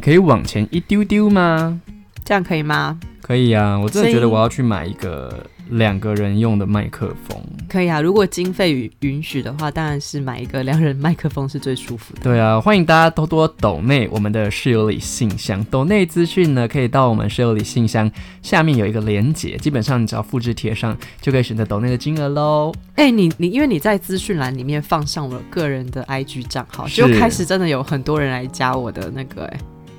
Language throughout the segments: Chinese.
可以往前一丢丢吗？这样可以吗？可以啊，我真的觉所得以我要去买一个两个人用的麦克风。可以啊，如果经费允允许的话，当然是买一个两人麦克风是最舒服的。对啊，欢迎大家多多抖内我们的室友里信箱，抖内资讯呢可以到我们室友里信箱下面有一个连结，基本上你只要复制贴上就可以选择抖内的金额喽。哎、你你因为你在资讯栏里面放上我个人的 IG 账号，是就开始真的有很多人来加我的那个、哎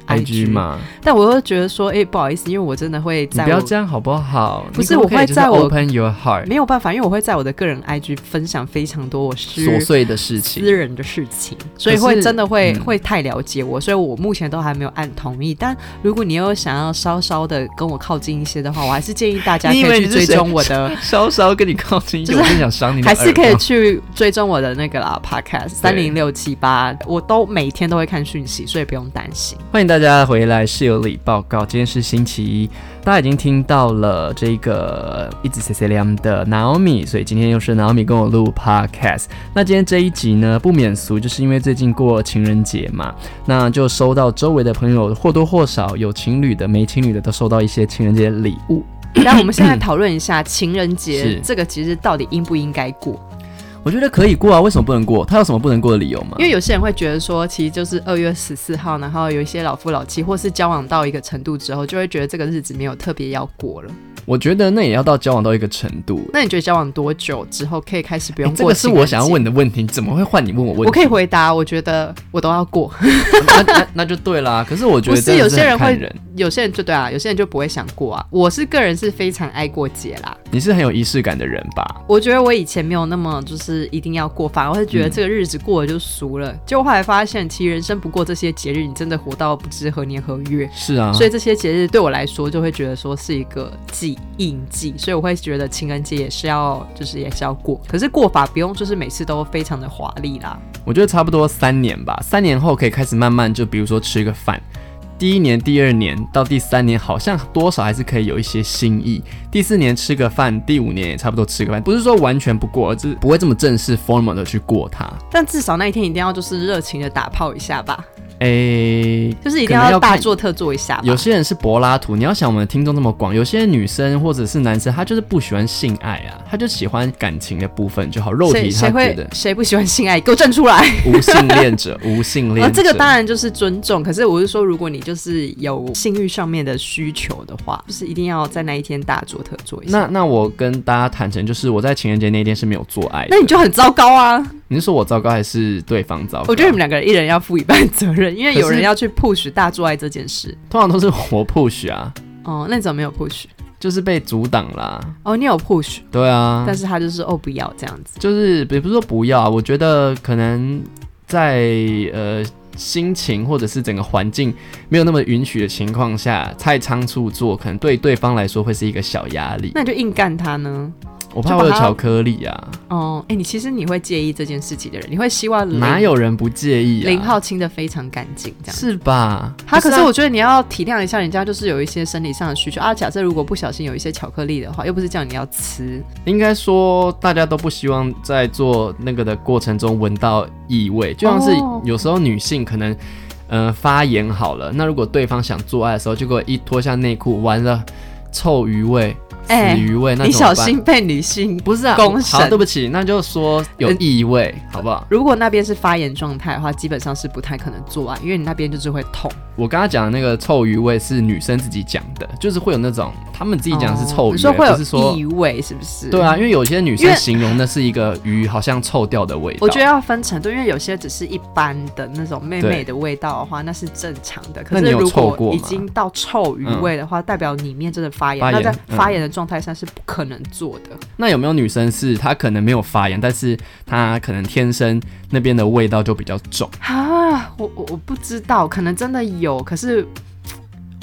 IG，嘛，但我又觉得说，哎、不好意思，因为我真的会你在不要我这样好不好？不你是可我可以会就是在我 Open Your Heart 没有办法，因为我会在我的个人 IG 分享非常多我琐私碎的事情私。人的事情，所以可是会真的会、嗯会太了解我，所以我目前都还没有按同意。但如果你有想要稍稍的跟我靠近一些的话，我还是建议大家可你以为你以去是追谁踪我的，稍稍跟你靠近一点，就我是真想赏你的还耳是可以光去追踪我的那个啦 Podcast 三零六七八，我都每天都会看讯息，所以不用担 心。欢迎大家回来室友里报告。今天是星期一，大家已经听到了这个一直 C C 亮的 Naomi，所以今天又是 Naomi 跟我录 podcast。那今天这一集呢，不免俗，就是因为最近过情人节嘛，那就收到周围的朋友或多或少有情侣的、没情侣的，都收到一些情人节礼物。那我们现在讨论一下情人节是这个节日到底应不应该过？嗯我觉得可以过啊，为什么不能过？它有什么不能过的理由吗？因为有些人会觉得说，其实就是二月十四号，然后有一些老夫老妻，或是交往到一个程度之后，就会觉得这个日子没有特别要过了。我觉得那也要到交往到一个程度。那你觉得交往多久之后可以开始不诶用这过、个是我想要问，的问题，怎么会换你问我问题？我可以回答，我觉得我都要过。 那那那就对啦。可是我觉得不是真的有些人很看会人，有些人就对啊，有些人就不会想过啊。我是个人是非常爱过节啦，你是很有仪式感的人吧？我觉得我以前没有那么就是一定要过，反而会嗯觉得这个日子过了就俗了。结果后来发现，其实人生不过这些节日，你真的活到不知何年何月。是啊，所以这些节日对我来说，就会觉得说是一个记印记，所以我会觉得情人节也是要，就是也是要过，可是过法不用就是每次都非常的华丽啦。我觉得差不多三年吧，三年后可以开始慢慢就，比如说吃个饭。第一年、第二年到第三年，好像多少还是可以有一些新意。第四年吃个饭，第五年也差不多吃个饭，不是说完全不过，而是不会这么正式 formal 的去过它。但至少那一天一定要就是热情的打炮一下吧，诶、就是一可定能要大看做特做一下吧。有些人是柏拉图，你要想我们的听众这么广，有些女生或者是男生，他就是不喜欢性爱啊，他就喜欢感情的部分就好，肉谁体他谁觉会得谁不喜欢性爱？给我站出来！ 无性恋 者，无性恋啊，者。这个当然就是尊重，可是我是说，如果你就是有性欲上面的需求的话，就是一定要在那一天大做特做一下。那那我跟大家坦诚，就是我在情人节那一天是没有做爱的。那你就很糟糕啊！你是说我糟糕还是对方糟糕？我觉得你们两个人一人要负一半责任，因为有可人是要去 push 大做爱这件事。通常都是我 push 啊，哦，那你怎么没有 push？就是被阻挡啦。哦，你有 push，、对啊，但是他就是哦不要这样子。就是也不是说不要啊，我觉得可能在呃心情或者是整个环境没有那么允许的情况下，太仓促做，可能对对方来说会是一个小压力。那你就硬干他呢？我怕就把会有它巧克力啊，哦，哎、你其实你会介意这件事情的人，你会希望零哪有人不介意啊？零号清的非常干净这样。是吧？他可不是啊我觉得你要体谅一下人家，就是有一些生理上的需求啊。假设如果不小心有一些巧克力的话，又不是叫你要吃，应该说，大家都不希望在做那个的过程中闻到异味，就像是哦有时候女性可能，呃，发炎好了，那如果对方想做爱的时候，结果一脱下内裤，完了臭鱼味、死哎鱼味，那你怎么小办？心被女性。不是啊，公审好，对不起，那就说有异味，好不好？如果那边是发炎状态的话，基本上是不太可能做啊爱，因为你那边就是会痛。我刚刚讲的那个臭鱼味是女生自己讲的，就是会有那种他们自己讲的是臭哦鱼你味，说会不是说有异味，是不是？对啊，因为有些女因生为形容那是一个鱼好像臭掉的味道。我觉得要分程度，因为有些只是一般的那种妹妹的味道的话，那是正常的。可那你是有如臭果过已吗嗯经到臭鱼味的话，代表里面真的发炎，发那炎在嗯发炎的状态下是不可能做的。那有没有女生是她可能没有发炎，但是她可能天生那边的味道就比较重？啊，我我我不知道，可能真的有，可是嘖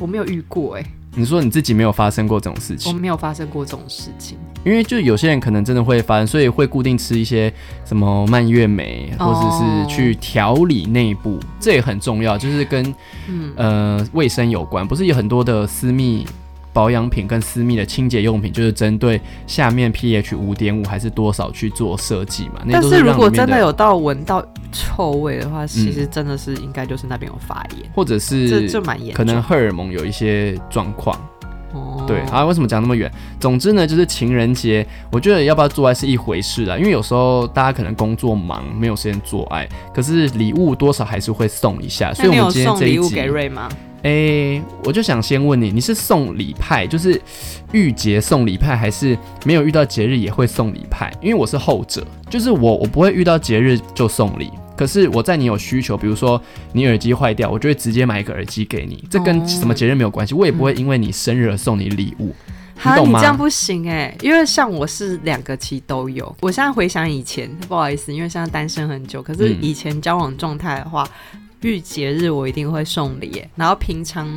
我没有遇过哎、你说你自己没有发生过这种事我情，没有发生过这种事情。因为就有些人可能真的会发生，所以会固定吃一些什么蔓越莓，或哦者是去调理内部，这也很重要，就是跟嗯，呃卫生有关。不是有很多的私密保养品跟私密的清洁用品，就是针对下面 pH 五点五还是多少去做设计嘛？那但都是让如果里面真的有到闻到臭味的话，其实真的是应该就是那边有发炎，或者这是这蛮严可重。能荷尔蒙有一些状况。哦对，啊，为什么讲那么远？总之呢，就是情人节，我觉得要不要做爱是一回事啦，因为有时候大家可能工作忙，没有时间做爱，可是礼物多少还是会送一下。所那以你我有们今天送这礼一物集，给瑞吗？哎、我就想先问你，你是送礼派，就是遇节送礼派，还是没有遇到节日也会送礼派？因为我是后者，就是我我不会遇到节日就送礼。可是我在你有需求，比如说你耳机坏掉，我就会直接买一个耳机给你，这跟哦什么节日没有关系，我也不会因为你生日而送你礼物。哈，懂你吗这样不行哎、因为像我是两个期都有。我现在回想以前，不好意思，因为现在单身很久，可是嗯以前交往状态的话，遇节日我一定会送礼、欸，然后平常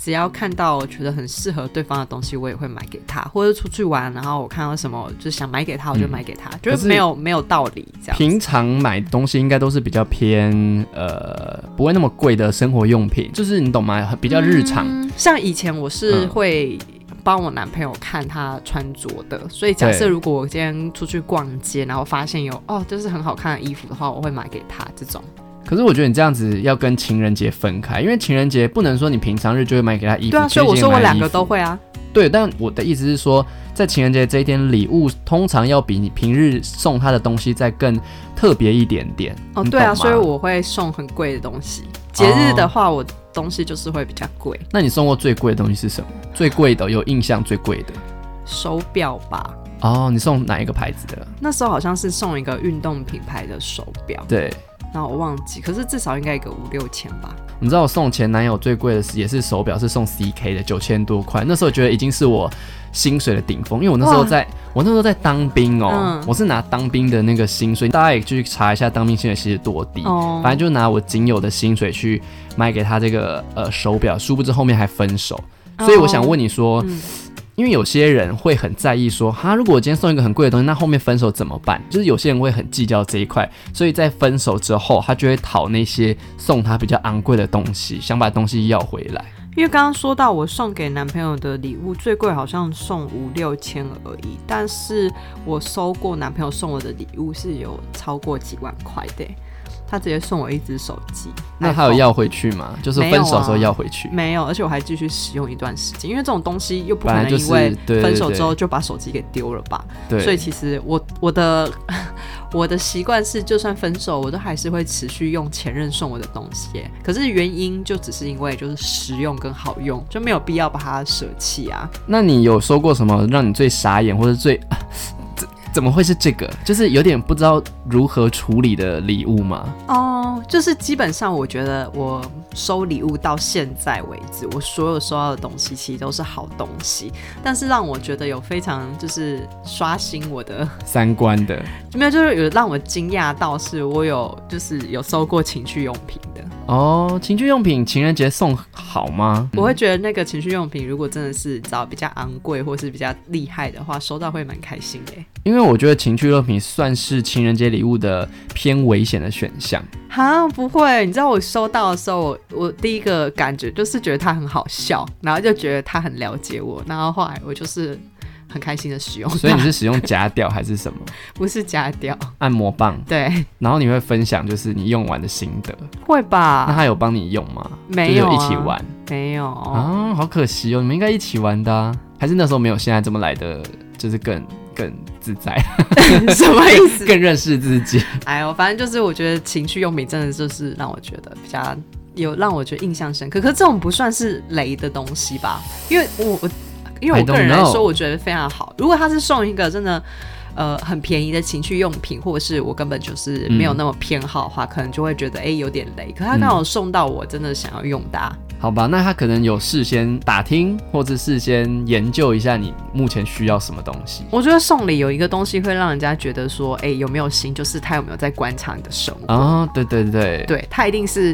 只要看到我觉得很适合对方的东西，我也会买给他，或者出去玩，然后我看到什么就是想买给他，我就买给他，就可是是没有没有道理这样嗯子。平常买东西应该都是比较偏呃不会那么贵的生活用品，就是你懂吗？很比较日常。嗯像以前我是嗯会帮我男朋友看他穿着的，所以假设对如果我今天出去逛街，然后发现有哦，就是很好看的衣服的话，我会买给他这种。可是我觉得你这样子要跟情人节分开，因为情人节不能说你平常日就会买给他衣服，对啊，所以情人我节说我买两衣个服都会啊。对。但我的意思是说，在情人节这一天，礼物通常要比你平日送他的东西再更特别一点点。哦，你对啊，懂吗哦所以我会送很贵的东西。节日的话，我东西就是会比较贵，那你送过最贵的东西是什么？最贵的有印象最贵的手表吧。哦，你送哪一个牌子的？那时候好像是送一个运动品牌的手表，对，然后我忘记，可是至少应该有个五六千吧。你知道我送前男友最贵的是也是手表，是送 CK 的九千多块。那时候觉得已经是我薪水的顶峰，因为我那时候哇在，我那时候在当兵哦、嗯我是拿当兵的那个薪水，大家也去查一下当兵薪水其实多低。哦反正就拿我仅有的薪水去买给他这个呃手表，殊不知后面还分手。所以我想问你说，哦嗯因为有些人会很在意说，哈，如果我今天送一个很贵的东西，那后面分手怎么办？就是有些人会很计较这一块，所以在分手之后，他就会讨那些送他比较昂贵的东西，想把东西要回来。因为刚刚说到我送给男朋友的礼物最贵好像送五六千而已，但是我收过男朋友送我的礼物是有超过几万块的欸，他直接送我一只手机。那他有 iPhone 要回去吗？就是分手的时候要回去。哦没有？而且我还继续使用一段时间，因为这种东西又不可本来能就因是为对对分手对之后就把手机给丢了吧。对，啊所以其实我我的 我的习惯是，就算分手，我都还是会持续用前任送我的东西耶。可是原因就只是因为就是实用跟好用，就没有必要把它舍弃啊。那你有收过什么让你最傻眼或者最、 啊这怎么会是这个？就是有点不知道如何处理的礼物吗？哦就是基本上我觉得我收礼物到现在为止，我所有收到的东西其实都是好东西，但是让我觉得有非常就是刷新我的 三观的没有，就是有让我惊讶到是我有就是有收过情趣用品的。哦，情趣用品情人节送好吗？我会觉得那个情趣用品，如果真的是找比较昂贵或是比较厉害的话，收到会蛮开心的欸。因为我觉得情趣用品算是情人节礼物的偏危险的选 项。哈，不会，你知道我收到的时候，我我第一个感觉就是觉得他很好笑，然后就觉得他很了解我，然后后来我就是很开心的使用它，所以你是使用夹吊还是什么 不是假掉？按摩棒？对，然后你会分享就是你用完的心得，会那吧？他有帮你用吗？没有啊就是一起玩没有， 啊，好可惜哦，你们应该一起玩的、啊，还是那时候没有现在这么来的，就是更更自在，什么意思？更认识自己。 哎呦，反正就是我觉得情趣用品真的就是让我觉得比较有让我觉得印象深刻。可是这种不算是雷的东西吧？因为我我因为 I 我 don't 个人来 know 说，我觉得非常好。如果他是送一个真的。呃，很便宜的情趣用品，或者是我根本就是没有那么偏好的话，可能就会觉得哎、有点雷。可他刚好送到我真的想要用的、啊，好吧，那他可能有事先打听，或者事先研究一下你目前需要什么东西。我觉得送礼有一个东西会让人家觉得说哎、有没有心，就是他有没有在观察你的生活。啊、对对对，对他一定是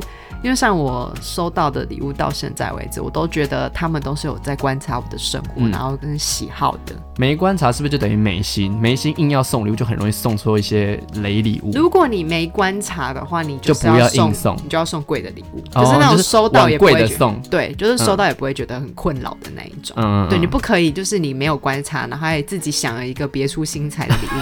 因为像我收到的礼物到现在为止，我都觉得他们都是有在观察我的生活，嗯然后跟喜好的。没观察是不是就等于没心？没心硬要送礼物，就很容易送出一些雷礼物。如果你没观察的话，你是嗯就不要送，硬送你就要送贵的礼物，哦可是那种收到往也不贵会的觉得。送，嗯对，就是收到也不会觉得很困扰的那一种。嗯，嗯对你嗯 不可以，就是你没有观察，然后还自己想了一个别出心裁的礼物，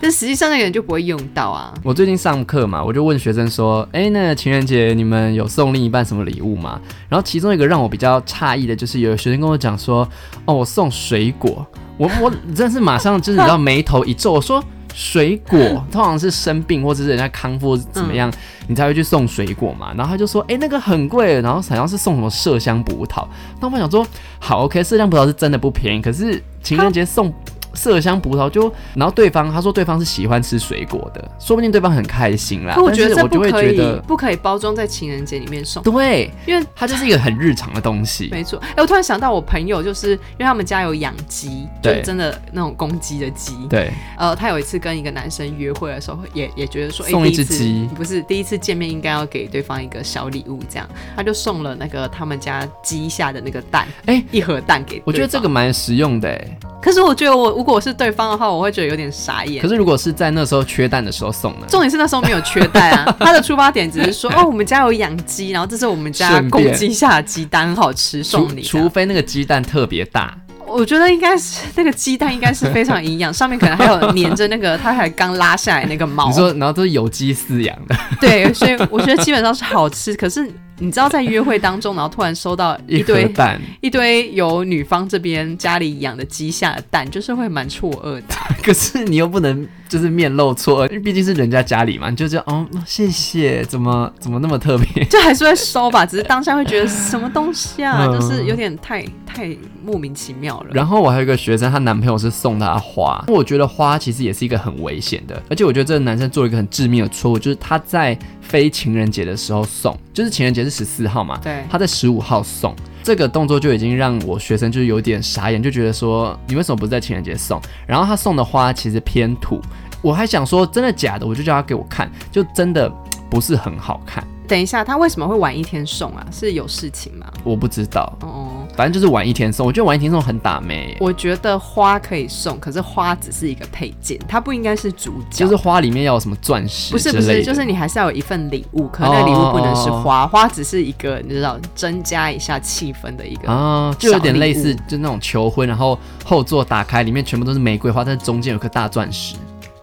但实际上那个人就不会用到啊。我最近上课嘛，我就问学生说：“哎，那情人节你们有送另一半什么礼物吗？”然后其中一个让我比较诧异的就是，有学生跟我讲说：“哦，我送水果。我”我真是马上就是你知道眉头一皱，我说。水果通常是生病或者是人家康复怎么嗯样，你才会去送水果嘛。然后他就说：“哎、那个很贵。”然后好像是送什么麝香葡萄。那我想说，好 OK，麝香葡萄是真的不便宜，可是情人节送麝香葡萄就，然后对方他说对方是喜欢吃水果的，说不定对方很开心啦。可啊我但是觉得这我不就会可觉以得，，不可以包装在情人节里面送，对，因为它就是一个很日常的东西。没错。哎、我突然想到，我朋友就是因为他们家有养鸡，就对是真的那种公鸡的鸡。对，呃，他有一次跟一个男生约会的时候，也也觉得说，哎、送第一只次鸡不是第一次见面应该要给对方一个小礼物，这样他就送了那个他们家鸡下的那个蛋，哎一盒蛋给。我觉得这个，蛮实用的哎。可是我觉得我如果我是对方的话，我会觉得有点傻眼可。是如果是在那时候缺蛋的时候送呢？重点是那时候没有缺蛋啊，他的出发点只是说，哦，我们家有养鸡，然后这是我们家顺便公鸡下的鸡蛋，很好吃，除送你这除样。非那个鸡蛋特别大，我觉得应该是那个鸡蛋应该是非常营养，上面可能还有粘着那个他还刚拉下来那个毛你。说然后都是有机饲养的，对，所以我觉得基本上是好吃。可是你知道，在约会当中，然后突然收到一一盒堆 蛋，一堆由女方这边家里养的鸡下的蛋，就是会蛮错愕的。 可是你又不能就是面露错愕，因为毕竟是人家家里嘛，你就这样哦，谢谢，怎么怎么那么特别？ 就还是会收吧，只是当下会觉得什么东西啊，嗯就是有点太太莫名其妙了。然后我还有一个学生，她男朋友是送她花，我觉得花其实也是一个很危险的，而且我觉得这个男生做了一个很致命的错误，就是他在非情人节的时候送，就是情人节是十四号嘛，对，他在十五号送这个动作就已经让我学生就有点傻眼，就觉得说你为什么不是在情人节送？然后他送的花其实偏土，我还想说真的假的，我就叫他给我看，就真的不是很好看，等一下，他为什么会晚一天送啊？是有事情吗？我不知道，哦、反正就是晚一天送，我觉得晚一天送很打妹。我觉得花可以送，可是花只是一个配件，它不应该是主角。就是花里面要有什么钻石不是之不类是，的哦就是你还是要有一份礼物，可能那礼物不能是花，花只是一个你知道增加一下气氛的一个。啊，就有点类小似礼就那种求婚，然后后座打开，里面全部都是玫瑰花，但是中间有颗大钻石，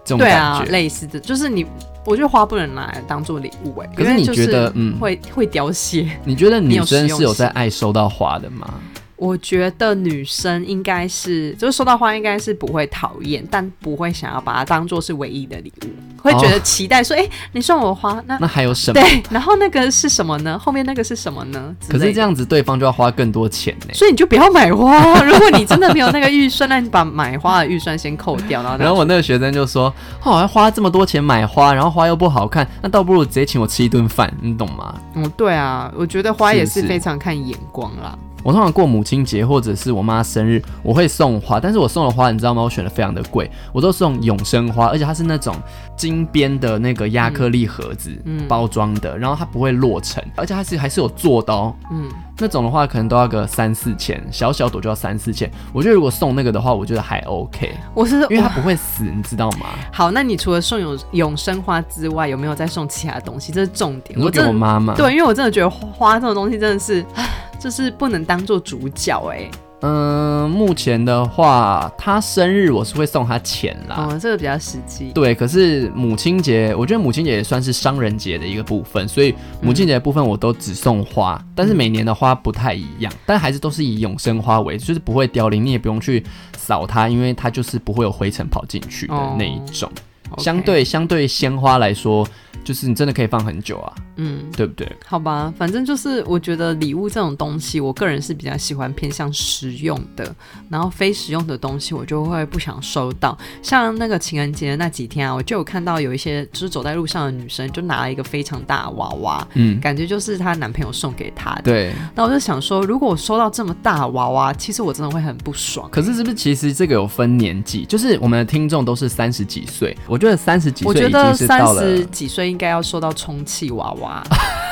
这种对感啊觉。，类似的，就是你，我觉得花不能拿来当做礼物哎、可是因为你就觉得嗯会会凋谢？你觉得你女有实生用是有性在爱收到花的吗？我觉得女生应该是，就是收到花应该是不会讨厌，但不会想要把它当做是唯一的礼物，会哦觉得期待说，哎、你送我花，那那还有什么？对，然后那个是什么呢？后面那个是什么呢？可之是类的这样子对方就要花更多钱呢。所以你就不要买花。如果你真的没有那个预算，那你把买花的预算先扣掉，然后然后我那个学生就说：“哦，要花这么多钱买花，然后花又不好看，那倒不如直接请我吃一顿饭，你懂吗嗯，对啊，我觉得花也是是不是非常看眼光啦。？”我通常过母亲节或者是我妈生日，我会送花，但是我送的花你知道吗？我选的非常的贵，我都送永生花，而且它是那种金边的那个亚克力盒子、嗯包装的，然后它不会落尘，而且它是还是有做的哦。嗯，那种的话可能都要个三四千，小小朵就要三四千。我觉得如果送那个的话，我觉得还 OK，我是因为它哇不会死，你知道吗？好。那你除了送永永生花之外，有没有再送其他东西？这是重点。你说给真我的妈妈，对，因为我真的觉得花花这种东西真的是，唉就是不能当做主角哎、嗯，目前的话，她生日我是会送她钱啦。嗯，这个比较实际。对，可是母亲节，我觉得母亲节也算是商人节的一个部分，所以母亲节的部分我都只送花，但是嗯每年的花不太一样，但还是都是以永生花为主，就是不会凋零，你也不用去扫它，因为它就是不会有灰尘跑进去的那一种。哦 OK 相，对相对鲜花来说，就是你真的可以放很久啊，嗯，对不对？好吧，反正就是我觉得礼物这种东西，我个人是比较喜欢偏向实用的，然后非实用的东西我就会不想收到。像那个情人节的那几天啊，我就有看到有一些就是走在路上的女生就拿了一个非常大的娃娃，嗯，感觉就是她男朋友送给她的。对。那我就想说，如果我收到这么大的娃娃，其实我真的会很不爽。可是是不是其实这个有分年纪？就是我们的听众都是三十几岁，我觉得三十几我岁觉已得经是三到了。十几岁应该要收到充气娃娃，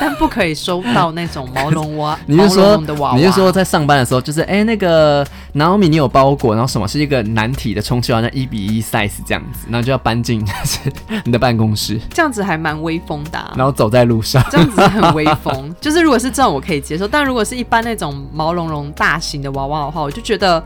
但不可以收到那种毛绒娃、 你毛是茸说茸的娃娃。你是说在上班的时候，就是哎、那个 Naomi 你有包裹，然后什么是一个男体的充气娃娃，一比一 size 这样子，然后就要搬进 你的办公室，这样子还蛮威风的、啊？然后走在路上，这样子很威风。 就是如果是这种，我可以接受；但如果是一般那种毛茸茸大型的娃娃的话，我就觉得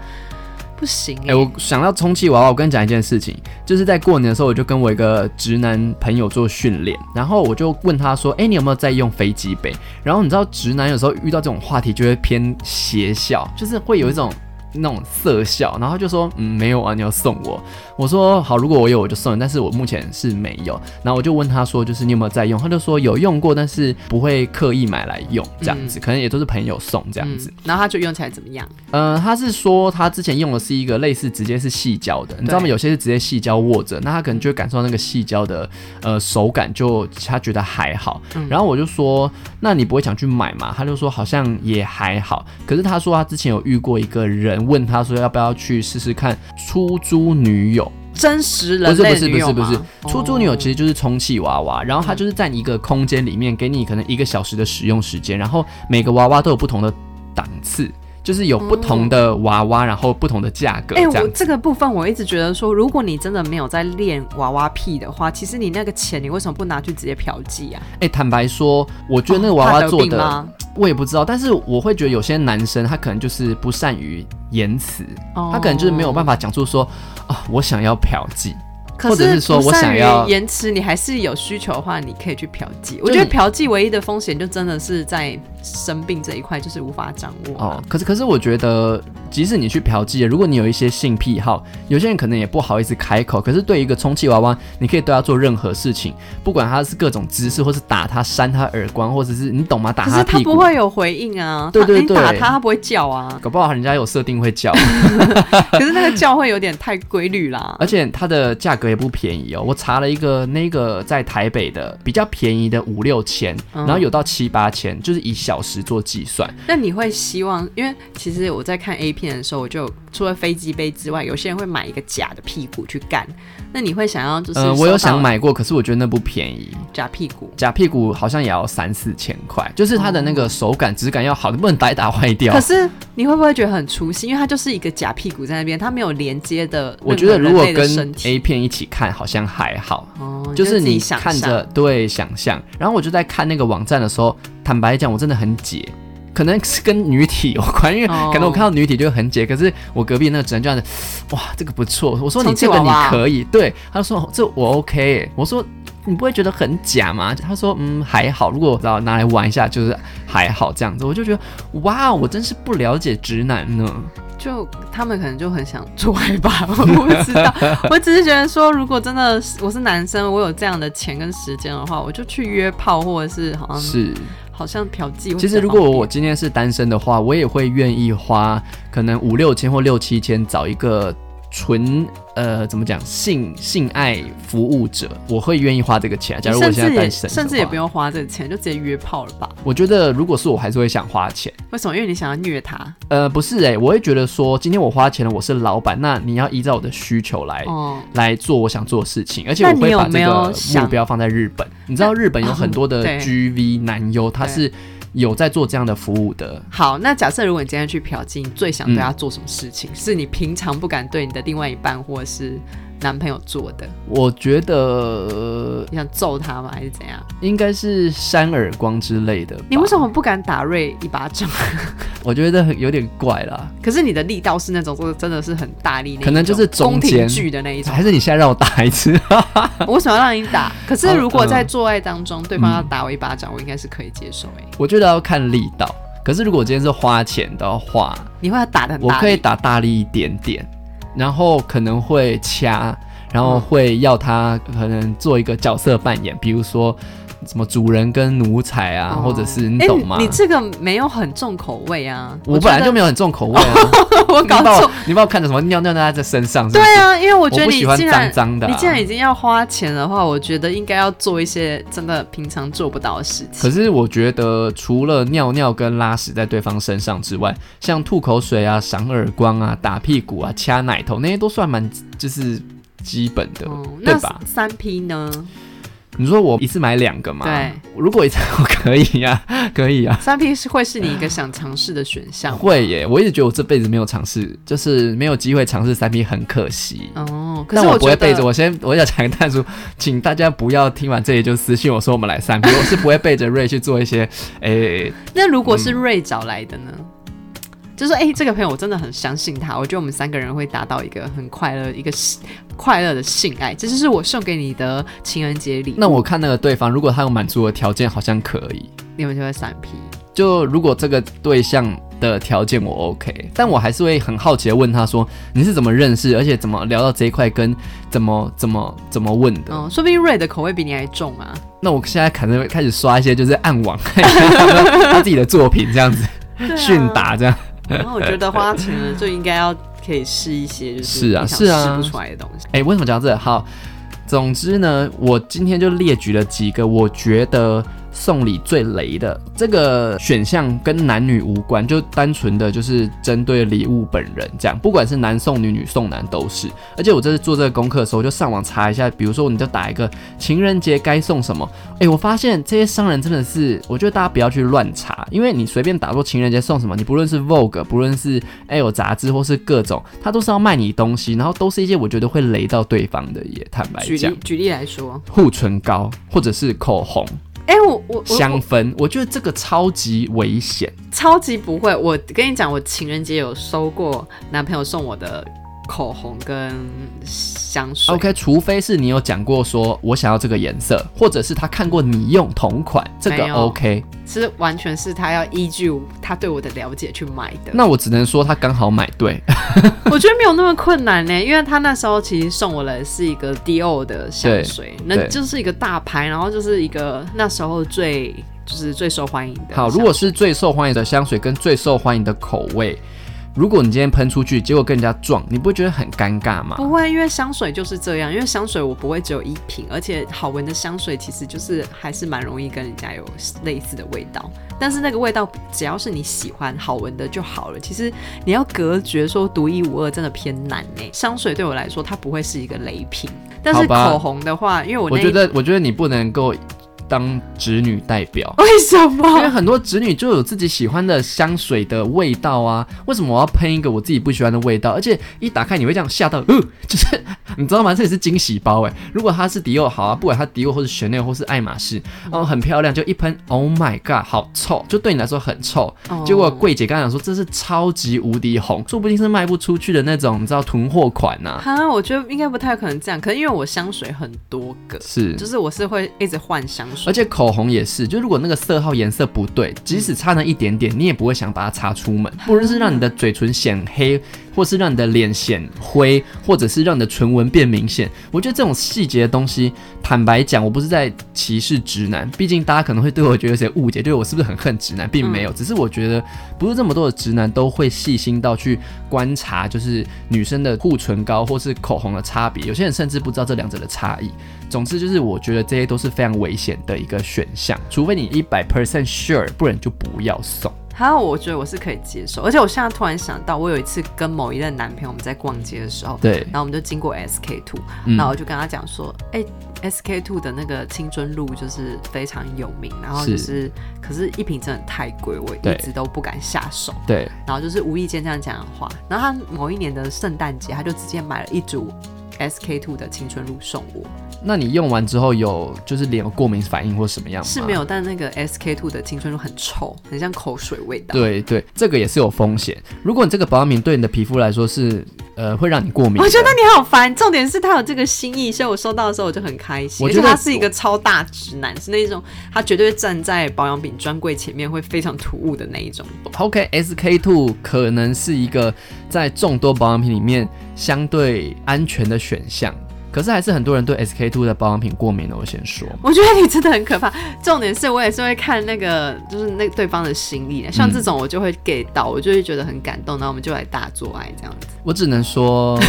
不行哎、哎、我想到充气娃娃，我跟你讲一件事情，就是在过年的时候，我就跟我一个直男朋友做训练，然后我就问他说：“哎、你有没有在用飞机杯？”然后你知道，直男有时候遇到这种话题就会偏邪笑，就是会有一种。那种色笑，然后他就说嗯没有啊，你要送我。我说好，如果我有我就送你，但是我目前是没有。然后我就问他说，就是你有没有在用？他就说有用过，但是不会刻意买来用这样子，可能也都是朋友送这样子。嗯，然后他就用起来怎么样？呃，他是说他之前用的是一个类似直接是细胶的，你知道吗？有些是直接细胶握着，那他可能就会感受到那个细胶的呃手感就，他觉得还好。嗯然后我就说，那你不会想去买吗？他就说好像也还好。可是他说他之前有遇过一个人问他说要不要去试试看出租女友，真实不人是类不是女不友是不是吗，出租女友其实实就是充气娃娃，然后它就是在你一个空间里面给你可能一个小时的使用时间，然后每个娃娃都有不同的档次。就是有不同的娃娃，然后不同的价格，这哎、样我子。这个部分我一直觉得说，如果你真的没有在练娃娃屁的话，其实你那个钱你为什么不拿去直接嫖妓啊？哦哎、坦白说，我觉得那个娃怕娃得做病的，吗？我也不知道。但是我会觉得有些男生他可能就是不善于言辞，哦他可能就是没有办法。法讲出说啊，我想要嫖妓。可或者是说不我善想于要延迟，你还是有需求的话，你可以去嫖妓。我就觉得你嫖妓唯一的风险就真的是在生病这一块，就是无法掌握啊、哦，可是可是我觉得，即使你去嫖妓，如果你有一些性癖好，有些人可能也不好意思开口。可是对一个充气娃娃，你可以对他做任何事情，不管他是各种姿势，或是打他、扇他耳光，或者是你懂吗？打可是他屁不股。会有回应啊，对对他你打对，他他不会叫 啊搞不好人家有设定会 叫，可是那个叫会有点太规律啦而。且它的价格也不便宜哦。我查了一个那个在台北的比较便宜的五六千，嗯然后有到七八千，就是以小时做计算。那你会希望，因为其实我在看 A 片的时候，我就除了飞机杯之外，有些人会买一个假的屁股去干。那你会想要就是、嗯、我有想买过，可是我觉得那不便宜。假屁股，假屁股好像也要三四千块，就是它的那个手感质感要好，你不能打一打坏掉可。是你会不会觉得很粗心？因为它就是一个假屁股在那边，它没有连接的任何我觉得如果人类的身跟体 A 片一起看，好像还好，哦，你就是自己你想看象着对想象。然后我就在看那个网站的时候，坦白讲，我真的很解。可能是跟女体有关，因为哦可能我看到女体就很解。可是我隔壁那个直男就这样子，哇，这个不错。我说你充气这个娃你娃可以，对，他说哦这我 OK 耶。我说你不会觉得很假吗？他说嗯还好，如果我拿拿来玩一下就是还好这样子。我就觉得哇，我真是不了解直男呢。就他们可能就很想做爱吧， 我不 知道。我只是觉得说，如果真的是我是男生，我有这样的钱跟时间的话，我就去约炮，或者是好像是，好像嫖妓。其实如果我今天是单身的话，我也会愿意花可能五六千或六七千找一个纯呃怎么讲性性爱服务者，我会愿意花这个钱。假如我甚现在至也单身，甚至也不。用花这个钱，就直接约炮了吧？我觉得如果是我，还是会想花钱。为什么？因为你想要虐他呃，不是诶、我会觉得说，今天我花钱了，我是老板，那你要依照我的需求来、哦。来做我想做的事情，而且那我你会有把这没有个目想标放在日本。你知道日本有很多的对 GV 男优，他对是有在做这样的服务的。好，那假设如果你今天去嫖妓，你最嗯想对他做什么事情？是你平常不敢对你的另外一半或者是男朋友做的？我觉得你想揍他吗？还是怎样？应该是扇耳光之类的。你为什？么不敢打瑞一巴掌？ 我觉得有点怪啦。可是你的力道是那种，就是真的是很大力那一种，可能就是中宫间廷剧的那 一种。还是你现在让我打一次？ 我为什么要让你打？可是如果嗯在做爱当中，对方要打我一巴掌，我应该是可以接受。哎，我觉得要看力道。可是如果今天是花钱的话，你会打的很大我力，可以打大力一点点，然后可能会掐，然后会要他可能做一个角色扮演，比如说什么主人跟奴才啊，哦或者是你哎懂吗？你这个没有很重口味啊！我本来就觉没有很重口味啊，得 我你把搞我错。你把我看成什么尿尿在他身上是不对是？啊，因为我觉得不你喜欢既脏然脏的啊、你既然已经要花钱的话，我觉得应该要做一些真的平常做不到的事情。可是我觉得，除了尿尿跟拉屎在对方身上之外，像吐口水啊、赏耳光啊、打屁股啊、掐奶头那些都算蛮就是基本的，嗯，对那吧？三 P 呢？你说我一次买两个吗？对，如果一次我可以呀、 可以呀、三 P 是会是你一个想尝试的选项。会耶！我一直觉得我这辈子没有尝试，就是没有机会尝试三 P，很可惜。哦，可但是我我不会觉得背着，我先我想讲一个淡叔，请大家不要听完这里就私信我说我们来三 P，我是不会背着瑞去做一些诶、那如果是瑞找来的呢？就说哎、这个朋友我真的很相信他，我觉得我们三个人会达到一个很快乐、一个喜快乐的性爱，这就是我送给你的情人节礼物。那我看那个对方，如果他有满足我条件，好像可以。你们就会闪皮，就如果这个对象的条件我 OK，但我还是会很好奇的问他说你是怎么认识，而且怎么聊到这一块，跟怎么怎么怎么问的。嗯，说不定瑞的口味比你还重 啊。那我现在可能会开始刷一些就是暗网， 看一下他们他自己的作品这样子，训、打这样。然后我觉得花钱了就应该要可以试一些，就是啊你想是啊试不出来的东西。哎、为什么讲到这？好，总之呢，我今天就列举了几个我觉得送礼最雷的这个选项，跟男女无关，就单纯的就是针对礼物本人这样，不管是男送女、女送男都是。而且我这次做这个功课的时候，就上网查一下，比如说你就打一个情人节该送什么，哎、我发现这些商人真的是，我觉得大家不要去乱查，因为你随便打说情人节送什么，你不论是 Vogue，不论是哎有杂志或是各种，他都是要卖你东西，然后都是一些我觉得会雷到对方的耶。坦白举讲例，举例来说，护唇膏或者是口红、哎、我我我香氛，我觉得这个超级危险。超级不会。我跟你讲，我情人节有收过男朋友送我的口红跟香水。 OK，除非是你有讲过说我想要这个颜色，或者是他看过你用同款，这没个有 OK。其实完全是他要依据他对我的了解去买的。那我只能说他刚好买对，我觉得没有那么困难呢，因为他那时候其实送我的是一个 Dior 的香水，那对就是一个大牌，然后就是一个那时候最就是最受欢迎的香水。 好，如果是最受欢迎的香水跟最受欢迎的口味，如果你今天喷出去，结果跟人家撞，你不会觉得很尴尬吗？不会，因为香水就是这样，因为香水我不会只有一瓶，而且好闻的香水其实就是还是蛮容易跟人家有类似的味道。但是那个味道只要是你喜欢好闻的就好了。其实你要隔绝说独一无二真的偏难呢、香水对我来说它不会是一个雷品，但好是吧口红的话，因为我我那一。觉得，我觉得你不能够当直女代表 为什因为么？很多直女就有自己喜欢的香水的味道啊，为什么我要喷一个我自己不喜欢的味道？而且一打开你会这样吓到，呃，就是 你知道吗？这也是惊喜包哎、如果它是迪奥好啊，不管它迪奥或是香奈儿或是爱马仕，哦，很漂亮，就一喷，Oh my god，好臭，就对你来说很臭。哦结果柜姐刚讲说这是超级无敌红，说不定是卖不出去的那种，你知道囤货款啊呐、哈，我觉得应该不太可能这样，可能因为我香水很多个，是就。是我是会一直换香水而。且口红也是，就如果那个色号颜色不对，即使差那一点点，你也不会想把它擦出门。不论是让你的嘴唇显黑，或是让你的脸显灰，或者是让你的唇纹变明显，我觉得这种细节的东西，坦白讲，我不是在歧视直男，毕竟大家可能会对我觉得有些误解，对我是不是很恨直男，并没有，只是我觉得不是这么多的直男都会细心到去观察，就是女生的护唇膏或是口红的差别，有些人甚至不知道这两者的差异。总之就是，我觉得这些都是非常危险的一个选项，除非你一百 percent sure，不然你就不要送。还有，我觉得我是可以接受，而且我现在突然想到，我有一次跟某一任男朋友我们在逛街的时候，对然后我们就经过 SK two，、嗯然后我就跟他讲说，哎、s k two 的那个青春露就是非常有名，然后就是是可是一瓶真的太贵，我对一直都不敢下手，对，然后就是无意间这样讲的话，然后他某一年的圣诞节，他就直接买了一组 SK two 的青春露送我，那你用完之后有就是脸有过敏反应或什么样吗？是没。有，但那个 SK two 的青春露很臭，很像口水味道。对对，这个也是有风险。如果你这个保养品对你的皮肤来说是呃会让你过敏的，我觉得你好烦。重点是他有这个心意，所以我收到的时候我就很开心。我而觉且得他是一个超大直男，是那种他绝对站在保养品专柜前面会非常突兀的那一种。 OK SK two 可能是一个在众多保养品里面相对安全的选项，可是还是很多人对 SK two 的保养品过敏的。我先说，我觉得你真的很可怕。重点是我也是会看那个，就是那对方的心意。像这种我就会给到，我就会觉得很感动，然后我们就来大做爱这样子。我只能说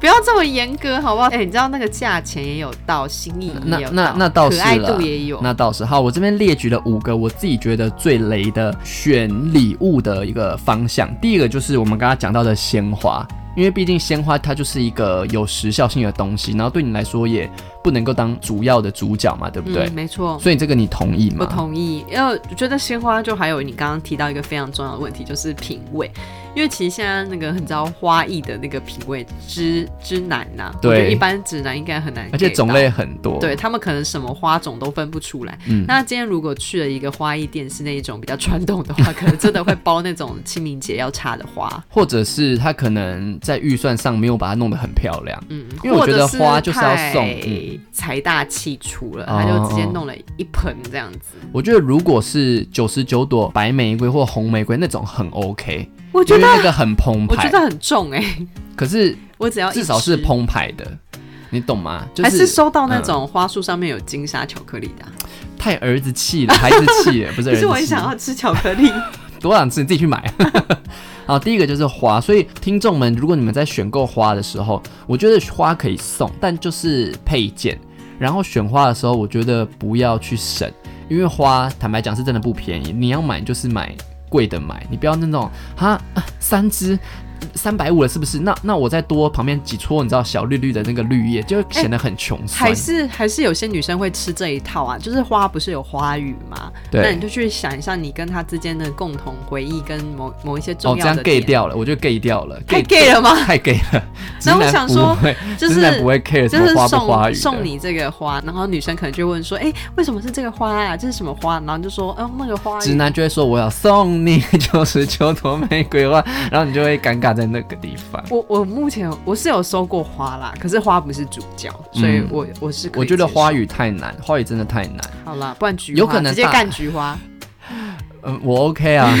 不要这么严格好不好？哎、你知道那个价钱也有到，心意那也有到，那那倒是可爱啦度也有。那倒是好，我这边列举了五个我自己觉得最雷的选礼物的一个方向。第一个就是我们刚刚讲到的鲜花，因为毕竟鲜花它就是一个有时效性的东西，然后对你来说也不能够当主要的主角嘛，对不对？嗯，没错。所以这个你同意吗？我同意，因为我觉得鲜花就还有你刚刚提到一个非常重要的问题，就是品味。因为其实现在那个很招花艺的那个品味之之难呐、对我觉得一般直男应该很难，而且种类。很多。对他们可能什么花种都分不出来。嗯那今天如果去了一个花艺店，是那一种比较传统的话，可能真的会包那种清明节要插的花。或者是他可能在预算上没有把它弄得很漂亮，嗯， 因为我觉得或者是花就是要太送嗯财大气粗了，哦他就直接弄了一盆这样子。我觉得如果是九十九朵白玫瑰或红玫瑰那种很 OK，我因为那个很澎我觉湃，得很重哎、可是我只要一至少是支澎湃的，你懂吗？就还是是收到那嗯种花束上面有金沙巧克力的啊、太儿子气了，孩子气了，不是可儿子是我很气想。要吃巧克力。多想吃，你自己去买。 好，第一个就是花，所以听众们，如果你们在选购花的时候，我觉得花可以送，但就是配件。然后选花的时候，我觉得不要去省，因为花坦白讲是真的不便宜，你要买就是买贵的买，你不要那种哈、啊、三支。三百五了是不是？那那我再多旁边几撮，你知道小绿绿的那个绿叶，就显得很穷酸。还是还是有些女生会吃这一套啊，就是花不是有花语吗？对那你就去想一下你跟他之间的共同回忆跟某某一些哦重，这要样的 gay 点。掉了，我觉得 gay 掉了，太 gay gay 了吗？太 gay 了。直那我男想不说会就直男是不会 care 什就是么花不花语送的送你这个花，然后女生可能就问说，哎、为什么是这个花呀、这是什么花？然后就说，哦，那个花语直男就会说我要送你 九十九朵玫瑰花， 然后你就会尴尬在那个地方。我我目前我是有收过花啦，可是花不是主角，所以嗯我、我是可以我觉得接受花语太难，花语真的太难。好啦，不然菊花有可能直接大干菊花，嗯，我 OK 啊。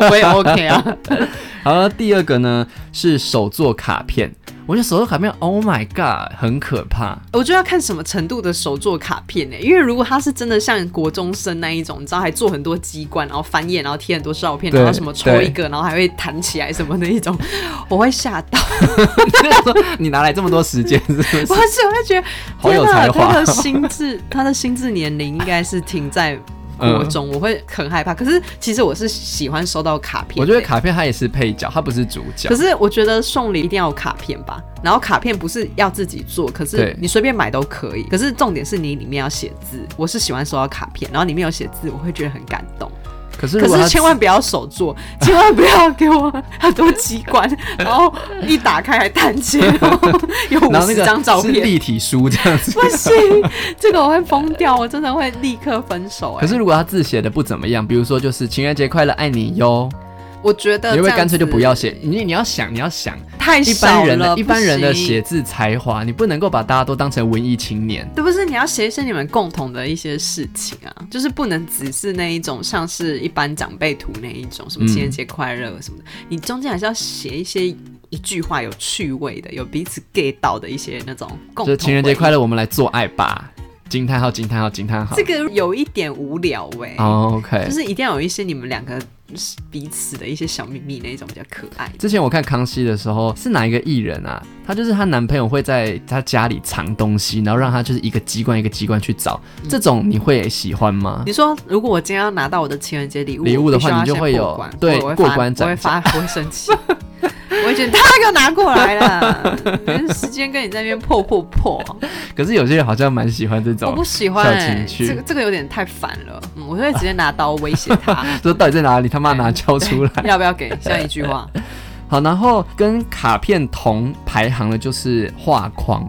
我也 OK 啊。然后第二个呢是手作卡片，我觉得手作卡片，Oh my God，很可怕。 我就要看什么程度的手作卡片欸呢、因为如果他是真的像国中生那一种，你知道还做很多机关，然后翻页，然后贴很多照片，对然后什么抽对一个，然后还会弹起来什么的一种， 我会吓到。你哪来这么多时间？是 不是不？是，我就觉得好有天哪才华他的心智，他的心智年龄应该是停在国嗯中，我会很害怕。可是其实我是喜欢收到 卡片的，我觉得卡片它也是配角，它不是主角可。是我觉得送礼一定要有卡片吧，然后卡片不是要自己做，可是对你随便买都可以。可是重点是你里面要写字，我是喜欢收到卡片，然后里面有写字，我会觉得很感动。可是可如果它是千万不要手做， 千万不要给我很多机关，然后一打开还弹 起来，然后有五然后那十个张照是 片。立 体书这样子。不行，这个我会疯掉，我真的会立刻分手、哎，可是如果他字写的不怎么样，比如说就是情人节快乐，爱你哟，我觉得你会不呃这会样干脆就子不要写？你你要想，你要想，太一少般人了的一般人的。不行写字才华，你不能够把大家都当成文艺青年。对不是你要写一些你们共同的一些事情啊，就是不能只是那一种像是一般长辈图那一种什么嗯情人节快乐什么的，你中间还是要写一些一句话有趣味的，有彼此 get 到的一些那种共就同。是情人节快乐，乐，我们来做爱吧！惊叹号，惊叹号，惊叹号这。个有一点无聊喂、哦 OK 就。是一定要有一些你们两个彼此的一些小秘密那一种比较可爱。之前我看康熙的时候，是哪一个艺人啊？她就是她男朋友会在她家里藏东西，然后让她就是一个机关一个机关去找。嗯这种你会喜欢吗？你说，如果我今天要拿到我的情人节礼物礼物的话我必须要你就先会有过关对我会过发关我会斩发，我会生气，我会觉得他给我拿过来了，没时间跟你在那边破破破，可是有些人好像蛮喜欢这我种啊不，喜欢、小欸情，趣这个这个有点太烦了，嗯，我会直接拿刀威胁他， 说到底在哪里？他妈 拿交出来！要不要给下一句话？嗯好，然后跟卡片同排行的就是画框，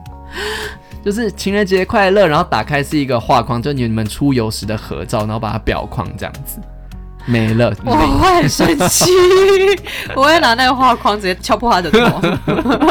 就是情人节快乐，然后打开是一个画框，就你们出游时的合照，然后把它裱框这样子，没了。我会很生气， 我会拿那个画框直接敲破他的头。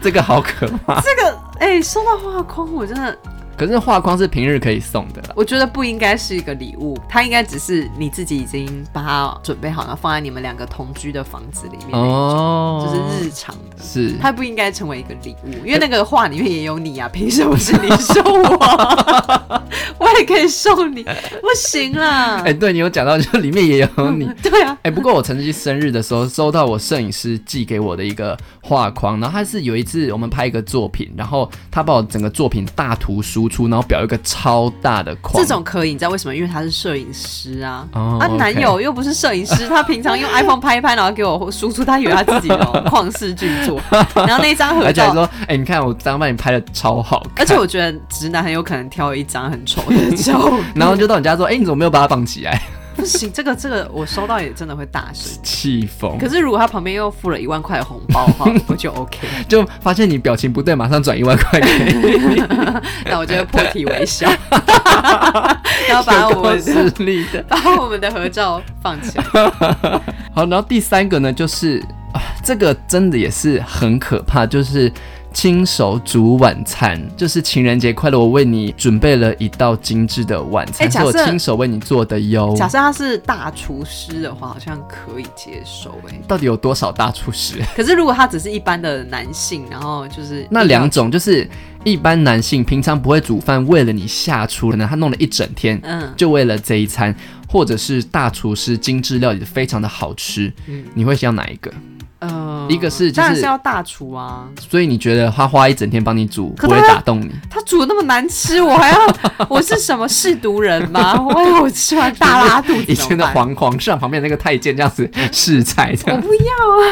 这个好可怕。这个，哎、说到画框，我真的可是画框是平日可以送的啦。我觉得不应该是一个礼物，它应该只是你自己已经把它准备好，然后放在你们两个同居的房子里面，哦，嗯就是日常的。是它不应该成为一个礼物，因为那个画里面也有你啊，凭什么是你送我？ 我也可以送你，不行啦哎、。对你有讲到，就里面也有你。对啊，哎、不过我曾经生日的时候收到我摄影师寄给我的一个画框，然后他是有一次我们拍一个作品，然后他把我整个作品大图输出，然后裱一个超大的框。这种可以，你知道为什么？因为他是摄影师啊。哦啊， OK 男友又不是摄影师，他平常用 iPhone 拍一拍，然后给 我输出，他以为他自己有旷世巨作，然后那张合而且照还说，哎、你看我刚帮你拍的超好看，而且我觉得直男很有可能挑一张很丑的照片， 然后就到你家说，哎、你怎么没有把它绑起来？ 不行，这个这个我收到也真的会大声。气疯。可是如果他旁边又付了一万块的红包的话，我就 OK，就发现你表情不对，马上转一万块给你，那我就会破涕 为笑，然后把我们是的力的。把我们的合照放起来。哦好，然后第三个呢，就是啊，这个真的也是很可怕，就是亲手煮晚餐，就是情人节快乐，我为你准备了一道精致的晚餐，哎是假我设亲手为你做的哟。假设他是大厨师的话，好像可以接受哎、到底有多少大厨师？可是如果他只是一般的男性，然后就是那两种就是一般男性平常不会煮饭，为了你下厨，可能他弄了一整天，嗯，就为了这一餐，或者是大厨师精致料理非常的好吃，嗯你会想哪一个？呃，一个是就是当然是要大厨啊，所以你觉得他花一整天帮你煮，可不会他打动你？他煮的那么难吃，我还要 我是什么试毒人吗？哎我我 吃完大拉肚子以怎前的么办？皇皇上旁边那个太监这样子试菜这我样。不要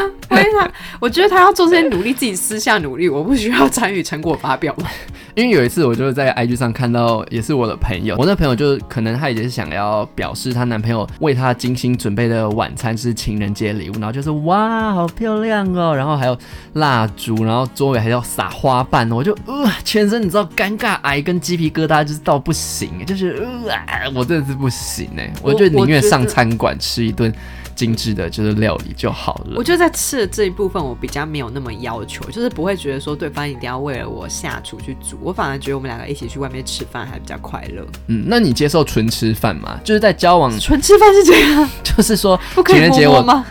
啊！我跟他，我觉得他要做这些努力，自己私下努力，我不需要参与成果发表 嘛。因为有一次我就是在 IG 上看到，也是我的朋友，我那朋友就是可能她也是想要表示她男朋友为她精心准备的晚餐是情人节礼物，然后就是哇好漂亮哦，然后还有蜡烛，然后周围还要撒花瓣，我就呃全身你知道尴尬癌跟鸡皮疙瘩就是到不行，就是呃啊我真的是不行哎，我我就宁我愿觉得上餐馆吃一顿精致的就是料理就好了我。觉得在吃的这一部分，我比较没有那么要求，就是不会觉得说对方一定要为了我下厨去煮，我反而觉得我们两个一起去外面吃饭还比较快乐。嗯，那你接受纯吃饭吗？就是在交往， 纯吃饭是这样，就是说不可情以人摸节摸我吗？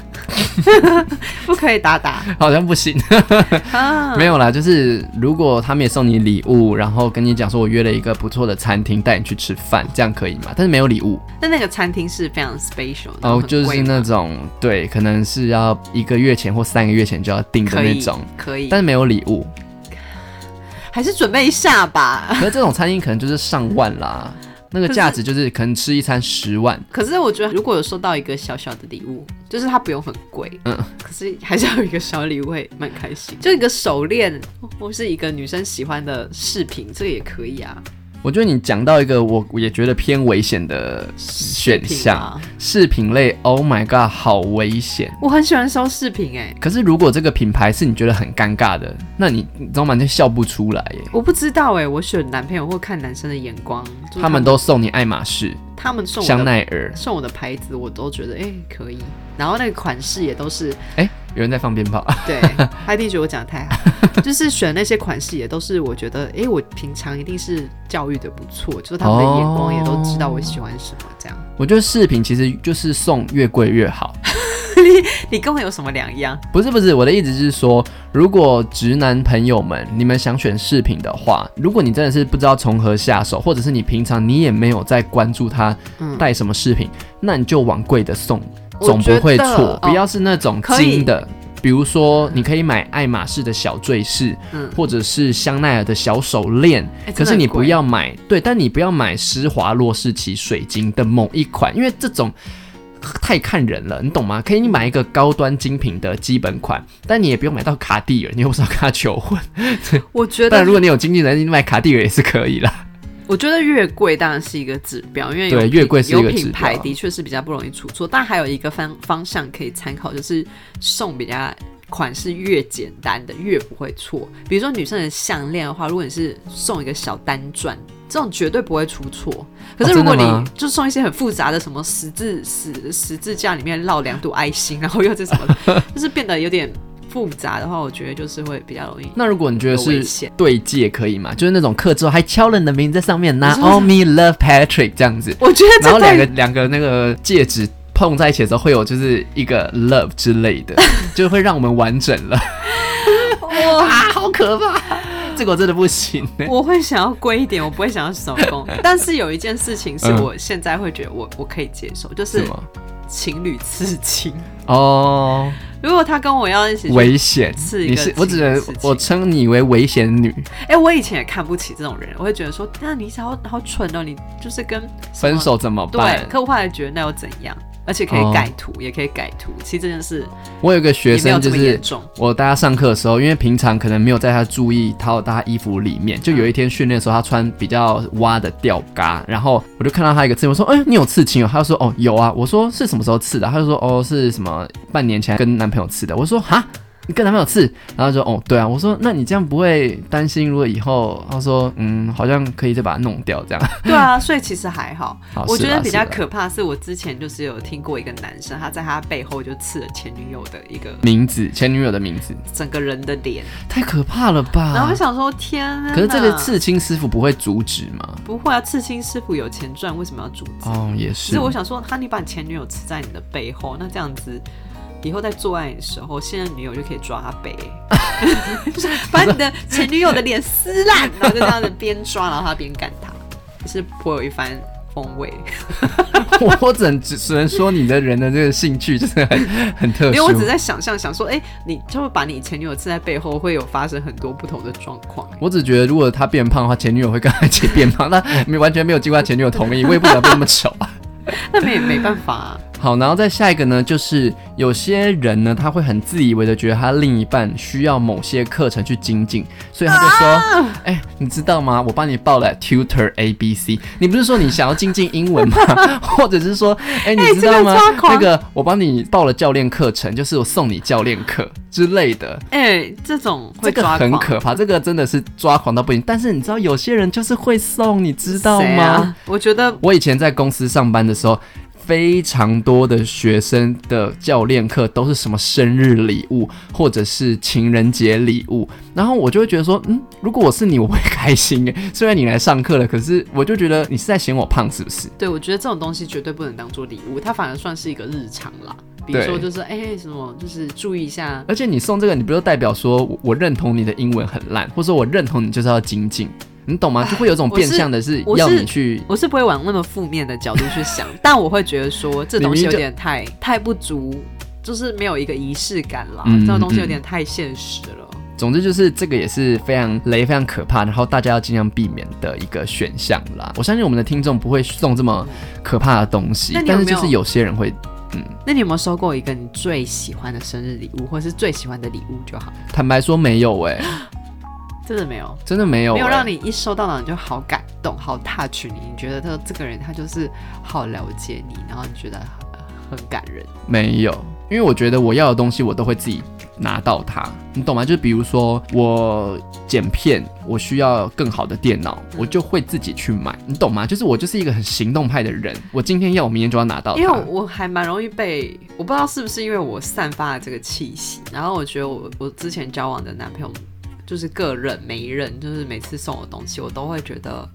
不可以打打好像不行， 啊！ 没有啦。就是如果他们也送你礼物，然后跟你讲说我约了一个不错的餐厅带你去吃饭，这样可以吗？但是没有礼物那那个餐厅是非常 special，然后哦，很就贵是吗那种对，可能是要一个月前或三个月前就要订的可那以种，可以，但是没有礼物。还是准备一下吧。 可是这种餐厅可能就是上万啦，那个可是价值就是可能吃一餐十万。可是我觉得，如果有收到一个小小的礼物，就是它不用很贵，嗯嗯，可是还是要有一个小礼物会蛮开心，就一个手链或是一个女生喜欢的饰品，这个也可以啊。我觉得你讲到一个我我也觉得偏危险的选饰品项，啊，饰品类，Oh my god，好危险。我很喜欢收饰品哎、可是如果这个品牌是你觉得很尴尬的，那你你知道吗？你就笑不出来耶。我不知道哎、我选男朋友或看男生的眼光，就是、他们都送你爱马仕、他们送香我的奈儿，送我的牌子，我都觉得哎、可以，然后那个款式也都是哎、有人在放鞭炮， 对，他一定觉得我讲得太好，就是选那些款式也都是我觉得，诶，我平常一定是教育的不错，就是他们的眼光也都知道我喜欢什么这样。我觉得饰品其实就是送越贵越好。你跟我有什么两样？不是不是，我的意思是说，如果直男朋友们你们想选饰品的话，如果你真的是不知道从何下手，或者是你平常你也没有在关注他嗯带什么饰品，那你就往贵的送，我总不会觉得错哦。不要是那种可以金的，比如说你可以买爱马仕的小坠饰，嗯或者是香奈儿的小手链，诶可真的是很你不贵要买，对，但你不要买施华洛世奇水晶的某一款，因为这种。太看人了，你懂吗？可以你买一个高端精品的基本款，但你也不用买到卡地尔，你又不是要跟他求婚。我觉但得如，果你有经济能力，你买卡地尔也是可以啦。我觉得越贵当然是一个指标，因为有对品越贵是一个有指品标牌的确是比较不容易出错，但还有一个方方向可以参考，就是送比较。款式越简单的越不会错，比如说女生的项链的话，如果你是送一个小单钻，这种绝对不会出错。可哦是如果真你的吗就送一些很复杂的什么十字十十字架里面绕两朵爱心，然后又是什么 的就是变得有点复杂的话，我觉得就是会比较 容易 那如果你觉得有危是险。对戒可以吗？就是那种刻之后还敲了你的名字在上面你说，Naomi Love Patrick 这样子，我觉得 这然后太两个两个那个戒指碰在一起的时候会有就是一个 love 之类 的，就会让我们完整了。哇， 啊，好可怕！这个我真的不行、欸。 我会想要贵一点，我不会想要手 工。但是有一件事情是嗯我现在会觉得我我可以接受，就什是么？情侣刺青。哦，如果他跟我要一起去，危险！是一你个是情我只能事情我称你为危险女，哎、我以前也看不起这种人，我会觉得说，那你想要好蠢哦，你就是跟什么分手怎么对办？。可我后来觉得那又怎样？而且可以哦改图，也可以改图。其实这件事我有一个学也没有生这就么是严重。我带他上课的时候，因为平常可能没有在他注意到他衣服里面，就有一天训练的时候，他穿比较蛙的吊嘎，然后我就看到他一个刺青，我说：“哎、你有刺青哦？”他就说：“哦，有啊。”我说：“是什么时候刺的？”他就说：“哦，是什么半年前跟男朋友刺的。”我说：“哈。”你跟男朋友刺，然后他说哦对啊，我说那你这样不会担心，如果以后他说嗯好像可以再把它弄掉这样，对啊，所以其实还好。 好我觉是得啦比较是啦可怕是我之前就是有听过一个男生，他在他背后就刺了前女友的一个名字前女友的名字整个人的脸，太可怕了吧？然后我想说天哪，啊可是这个刺青师傅不会阻止吗？不会啊，刺青师傅有钱赚，为什么要阻止？哦，也只是我想说，他你把你前女友刺在你的背后，那这样子以后在做爱的时候，现任女友就可以抓他 背，就是把你的前女友的脸撕烂，然后就这样子边抓，然后他边干他，就是颇有一番风味。 我我只能只只能说你的人的这个兴趣真的很很特殊。因为我只在想象，想说，哎、你就会把你前女友刺在背后，会有发生很多不同的状况。我只觉得，如果他变胖的话，前女友会跟他一起变胖， 那没完全没有经过他前女友同意，我也不想变那么丑啊。 那没没办法、啊，好，然后再下一个呢，就是有些人呢，他会很自以为的觉得他另一半需要某些课程去精进，所以他就说：“啊哎、你知道吗？我帮你报了 Tutor A B C，你不是说你想要精进英文吗？ 或者是说，哎、你哎知这个道吗？超狂那个我帮你报了教练课程，就是我送你教练课之类的。”哎、这种这会个抓狂，很可怕，这个真的是抓狂到不行。但是你知道，有些人就是会送，你知道谁吗？啊？我觉得我以前在公司上班的时候，非常多的学生的教练课都是什么生日礼物或者是情人节礼物，然后我就会觉得说，嗯，如果我是你，我会开心耶。虽然你来上课了，可是我就觉得你是在嫌我胖，是不是？对，我觉得这种东西绝对不能当做礼物，它反而算是一个日常啦。比如对说，就是哎、什么，就是注意一下。而且你送这个，你不就代表说我我认同你的英文很烂，或者说我认同你就是要精进，你懂吗？就会有一种我变啊是相的是我要是你去我是不会往那么负面的角度去想， 但我会觉得说这东西有点太太不足，就是没有一个仪式感啦。嗯这种东西有嗯点太现实了。总之就是这个也是非常雷、非常可怕，然后大家要尽量避免的一个选项啦。我相信我们的听众不会送这么可怕的东西，那你有但没是有就是有些人会，那你有没有收过一个你最喜欢的生日礼物，或是最喜欢的礼物就好？坦白说没有 哎、真的没有，真的没有、欸，没有让你一收到了你就好感动、好 touch 你，你觉得他这个人他就是好了解你，然后你觉得呃很感人。没有，因为我觉得我要的东西我都会自己拿到它，你懂吗？就比如说我剪片，我需要更好的电脑，嗯我就会自己去买，你懂吗？就是我就是一个很行动派的人，我今天要，我明天就要拿到它。因为我还蛮容易被，我不知道是不是因为我散发了这个气息，然后我觉得我我之前交往的男朋友，就是个人每一任，就是每次送我东西，我都会觉得，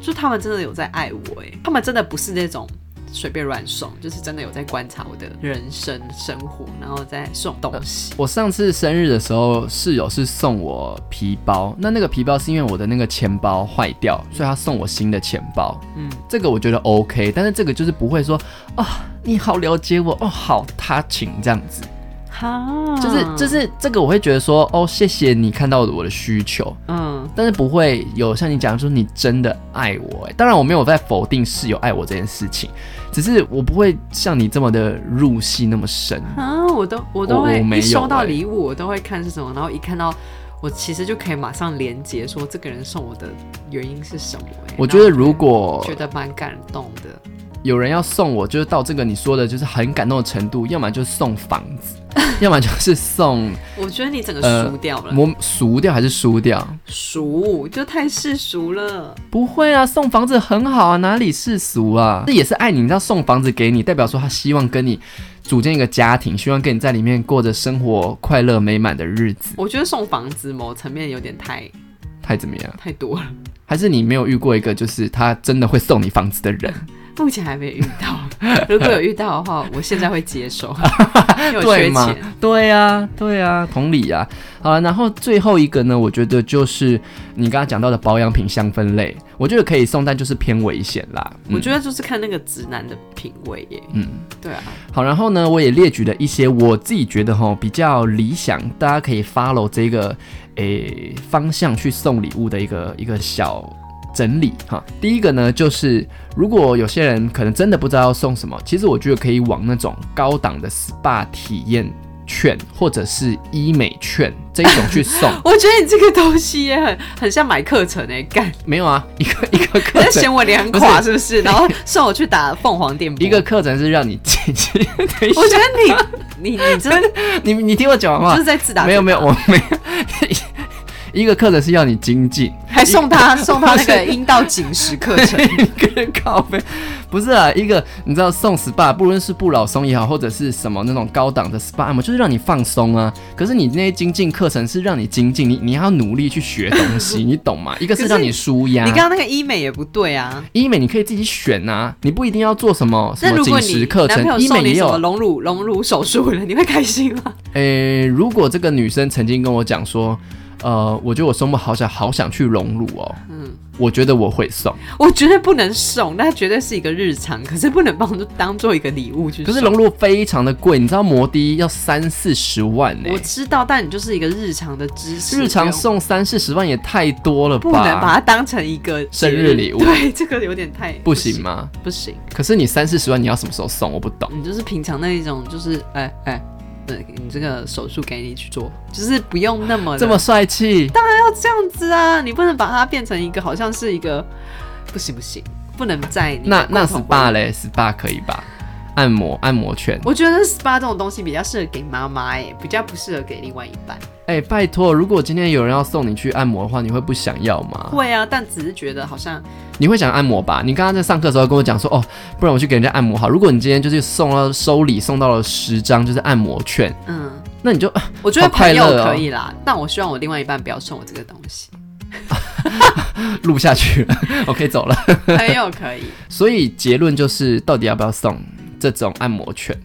就他们真的有在爱我，哎，他们真的不是那种。随便乱送，就是真的有在观察我的人生生活，然后再送东西。我上次生日的时候，室友是送我皮包，那那个皮包是因为我的那个钱包坏掉，所以他送我新的钱包。嗯，这个我觉得 OK，但是这个就是不会说啊、你好了解我哦，好他情这样子，哈就是就是这个我会觉得说哦，谢谢你看到我的需求，嗯，但是不会有像你讲说你真的爱我、欸。当然我没有在否定室友爱我这件事情，只是我不会像你这么的入戏那么深。啊，我都我都我会我没一收有到欸礼物，我都会看是什么，然后一看到我其实就可以马上连接说这个人送我的原因是什么、欸。我然觉得后如果觉得蛮感动的，有人要送我，就是到这个你说的，就是很感动的程度，要么就是送房子， 要么就是送我觉得你整呃个输掉了，我赎掉还是输掉？熟就太世俗了。不会啊，送房子很好啊，哪里世俗啊？这也是爱你，你知道送房子给你，代表说他希望跟你组建一个家庭，希望跟你在里面过着生活快乐美满的日子，我觉得送房子某层面有点太还怎么样？太多了，还是你没有遇过一个就是他真的会送你房子的人？目前还没遇到。如果有遇到的话，我现在会 接受，因为我对缺嘛钱。？对呀、对呀、同理呀、好了，然后最后一个呢，我觉得就是你刚刚讲到的保养品香氛类，我觉得可以送，但就是偏危险啦。嗯我觉得就是看那个直男的品味耶。嗯，对啊，好，然后呢，我也列举了一些我自己觉得哈比较理想，大家可以 follow 这个诶、方向去送礼物的一个一个小整理哈。第一个呢，就是如果有些人可能真的不知道要送什么，其实我觉得可以往那种高档的 SPA 体验券或者是医美券这一种去 送。我觉得你这个东西也很很像买课程哎、欸，干，没有啊，一个一个你课在程，嫌我脸很不垮是不是？然后送我去打凤凰电波。一个，课程是让你进去。 等一下我觉得你你你真 的你你听我讲完就话是，在自打嘴巴没有没有，我没有。 一个课程是要你精进， 还送他送他那不 个是阴道紧实课 程，一个人靠背，不是啊，一个你知道送 SPA，不论是不老松也好，或者是什么那种高档的 SPA 按摩，就是让你放松啊。可是你那些精进课程是让你精进，你你要努力去学东 西，你懂吗？一个是让你舒压你，刚刚那个医美也不对啊。医美你可以自己选呐，你不一定要做什么什那么如果紧你实课男朋程，友医送美你也什么有。啊隆乳隆乳手术 了，你会开心吗？诶、如果这个女生曾经跟我讲说，呃，我觉得我送不好想好想去融入哦，嗯，我觉得我会送。我绝对不能送，那绝对是一个日常，可是不能帮当做一个礼物去可送。是融入非常的贵，你知道摩的要三四十万呢、我知道，但你就是一个日常的知识，欸日常不用送三四十万也太多了吧？不能把它当成一个节生日礼物对，这个有点太不行？吗？不行，可是你三四十万你要什么时候送？我不懂。你就是平常那一种，就是哎哎，对、你这个手术给你去做，就是不用那么的这么帅气，要这样子啊，你不能把它变成一个好像是一个不行不行，不能在你那的那共同回忆 SPA 嘞？SPA 可以吧？按摩按摩券，我觉得 SPA 这种东西比较适合给妈妈哎、比较不适合给另外一半。哎、拜托，如果今天有人要送你去按摩的话，你会不想要吗？会啊，但只是觉得好像你会想按摩吧？你刚刚在上课的时候跟我讲说，哦，不然我去给人家按摩好。如果你今天就是送到收礼送到了十张，就是按摩券，嗯，那你就我觉得好快朋友乐哦可以啦，但我希望我另外一半不要送我这个东 西。录不下去了， 我可以走了。朋友可以，所以结论就是，到底要不要送这种按摩券？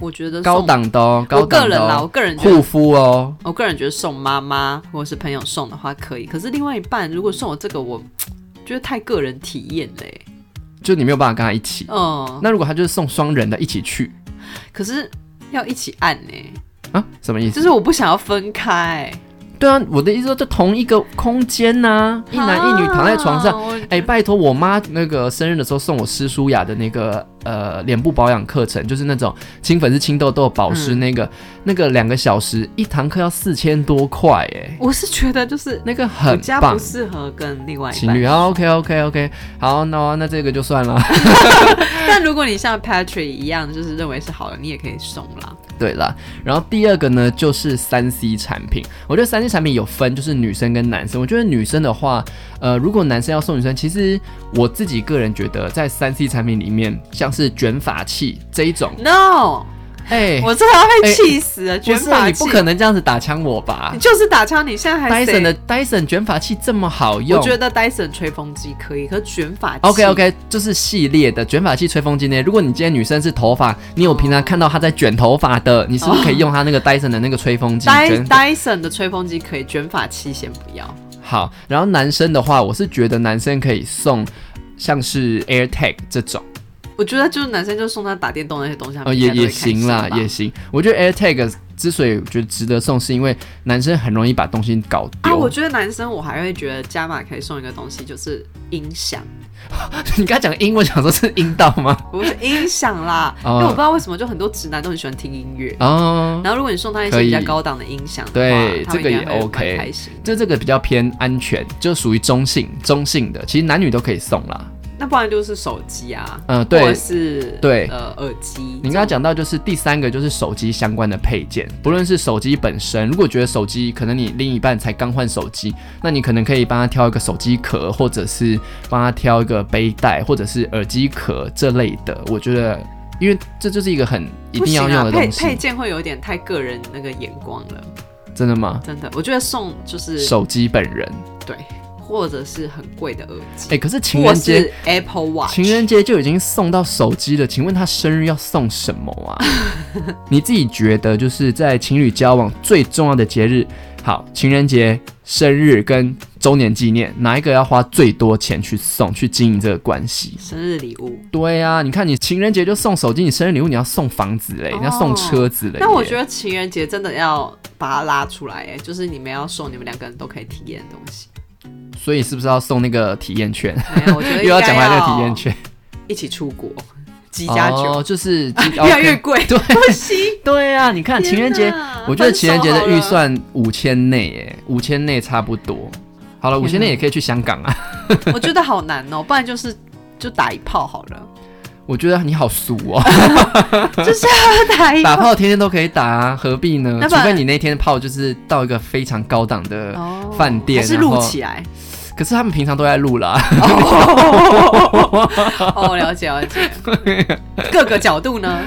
我觉得送高。档的哦，高我个档人的啦，我哦，个人觉得护肤哦，我个人觉得送妈妈或者是朋友送的话可以，可是另外一半如果送我这个，我觉得太个人体验嘞、就你没有办法跟他一起。嗯，那如果他就是送双人的一起去可是要一起按呢、啊，什么意就思？是我不想要分开，对啊，我的意思说，就同一个空间呐、一男一女躺在床上。啊我哎、拜托，我妈那个生日的时候送我施舒雅的那个呃脸部保养课程，就是那种清粉是清痘痘保湿嗯那个，那个两个小时一堂课要四千多块哎、我是觉得就是那个我很家棒不。适合跟另外一情侣半。啊，OK OK OK，好，那那这个就算了。 但如果你像 Patrick 一样，就是认为是好的，你也可以送啦。对啦，然后第二个呢就是三 C 产品，我觉得三 C 产品有分，就是女生跟男生。我觉得女生的话，呃，如果男生要送女生，其实我自己个人觉得，在三 C 产品里面，像是卷发器这一 种， No，哎、我真的要哎被气死了，不卷是发你器不，可能这样子打枪我吧你就是打枪，你现在还谁？Dyson 的 Dyson 卷发器这么好用，我觉得 Dyson 吹风机可以，可是卷发器 OK OK，就是系列的卷发器、吹风机呢。如果你今天女生是头发，你有平常看到她在卷头发的，你是不是可以用她那个 Dyson 的那个吹风机卷 Dy 发？ Dyson 的吹风机可以，卷发器先不要。好，然后男生的话，我是觉得男生可以送像是 AirTag 这种，我觉得就是男生就送他打电动那些东西，他呃，们应也该都会也开心行啦，吧也行。我觉得 AirTag 之所以我觉得值得送，是因为男生很容易把东西搞啊，丢。我觉得男生我还会觉得加码可以送一个东西，就是音响， 你刚才讲英文，想说是阴道 吗？不是音 响啦，哦因为我不知道为什么就很多直男都很喜欢听音乐，哦，然后如果你送他一可些以比较高档的音响的话，对他们这个应该也会 OK 蛮开心。就这个比较偏安全，就属于中性中性的，其实男女都可以送啦。那不然就是手机啊，嗯、或者对，是对呃耳机，你刚刚讲到就是第三个就是手机相关的配件，不论是手机本身，如果觉得手机可能你另一半才刚换手机，那你可能可以帮他挑一个手机壳，或者是帮他挑一个背带，或者是耳机壳这类的。我觉得，因为这就是一个很一定要用的不行啊东西，配配件会有点太个人那个眼光了，真的吗？真的，我觉得送就是手机本人，对，或者是很贵的耳哎、机，可是情或人节，是啊 Apple Watch，情人节就已经送到手机了，请问他生日要送什么啊？ 你自己觉得，就是在情侣交往最重要的节日，好，情人节、生日跟周年纪念，哪一个要花最多钱去送，去经营这个关系？生日礼物。对啊，你看你情人节就送手机，你生日礼物你要送房子嘞，哦你要送车子嘞。那我觉得，得情人 节真的要把它拉出来，哎，就是你们要送你们两个人都可以体验的东西。所以是不是要送那个体验券？没有，我觉得又应要该讲回来那个体验券，一起出国，几加九哦， 就是越来越贵，对不行。对啊，你看情人节天，哪我觉得情人节的预，分算五千内，耶，五千内差不多。好了，五千内也可以去香港 啊。 手好了我觉得好难哦，不然就是就打一炮好了，我觉得你好俗 哦，就是要打一打炮天天都可以打啊，何必呢？那除不然非你那天炮就是到一个非常高档的，哦饭店还是然录后起来。可是他们平常都在录啦。 哦，了解了解，各个角度呢？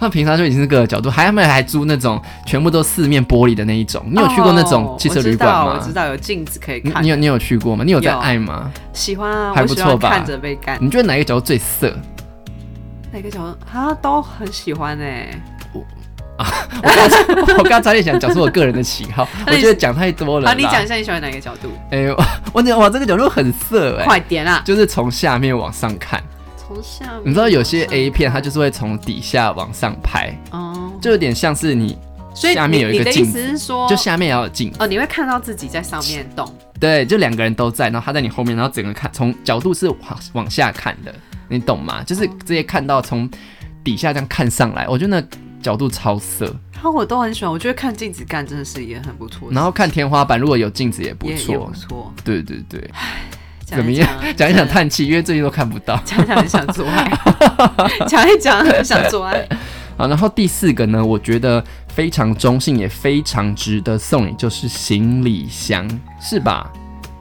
他们平常就已经是各个角度，还他们还租那种全部都四面玻璃的那一种。你有去过那种汽车旅馆哦我知道，我知吗？道有镜子可以你看你。有你有去过吗？你有在有爱吗？喜欢啊，还我不喜错欢吧看着被干。你觉得哪一个角度最色？哪个角度啊都很喜欢哎、我刚才也 想讲出我个人的喜好，我 那你觉得讲太多了啦。好，你讲一下你喜欢哪个角度？哎、我 我讲哇，这个角度很色哎、快点啊！就是从下面往上看。从下面你知道有些往上 A 片它就是会从底下往上拍，哦，就有点像是你所以下面有一你个你的镜意子思是说，就下面也要有镜，哦，你会看到自己在上面动，对，就两个人都在，然后他在你后面，然后整个看从角度是往往下看的，你懂吗？就是直接看到从底下这样看上来，我觉得那角度超色。然后我都很喜欢，我觉得看镜子干真的是也很不错的，然后看天花板，如果有镜子也不也也错不。错。对对对，讲怎么一样？讲一讲真的叹气，因为最近都看不到。讲一讲很想做爱， 讲一讲很想做爱。好，然后第四个呢，我觉得非常中性，也非常值得送你，就是行李箱，是 吧？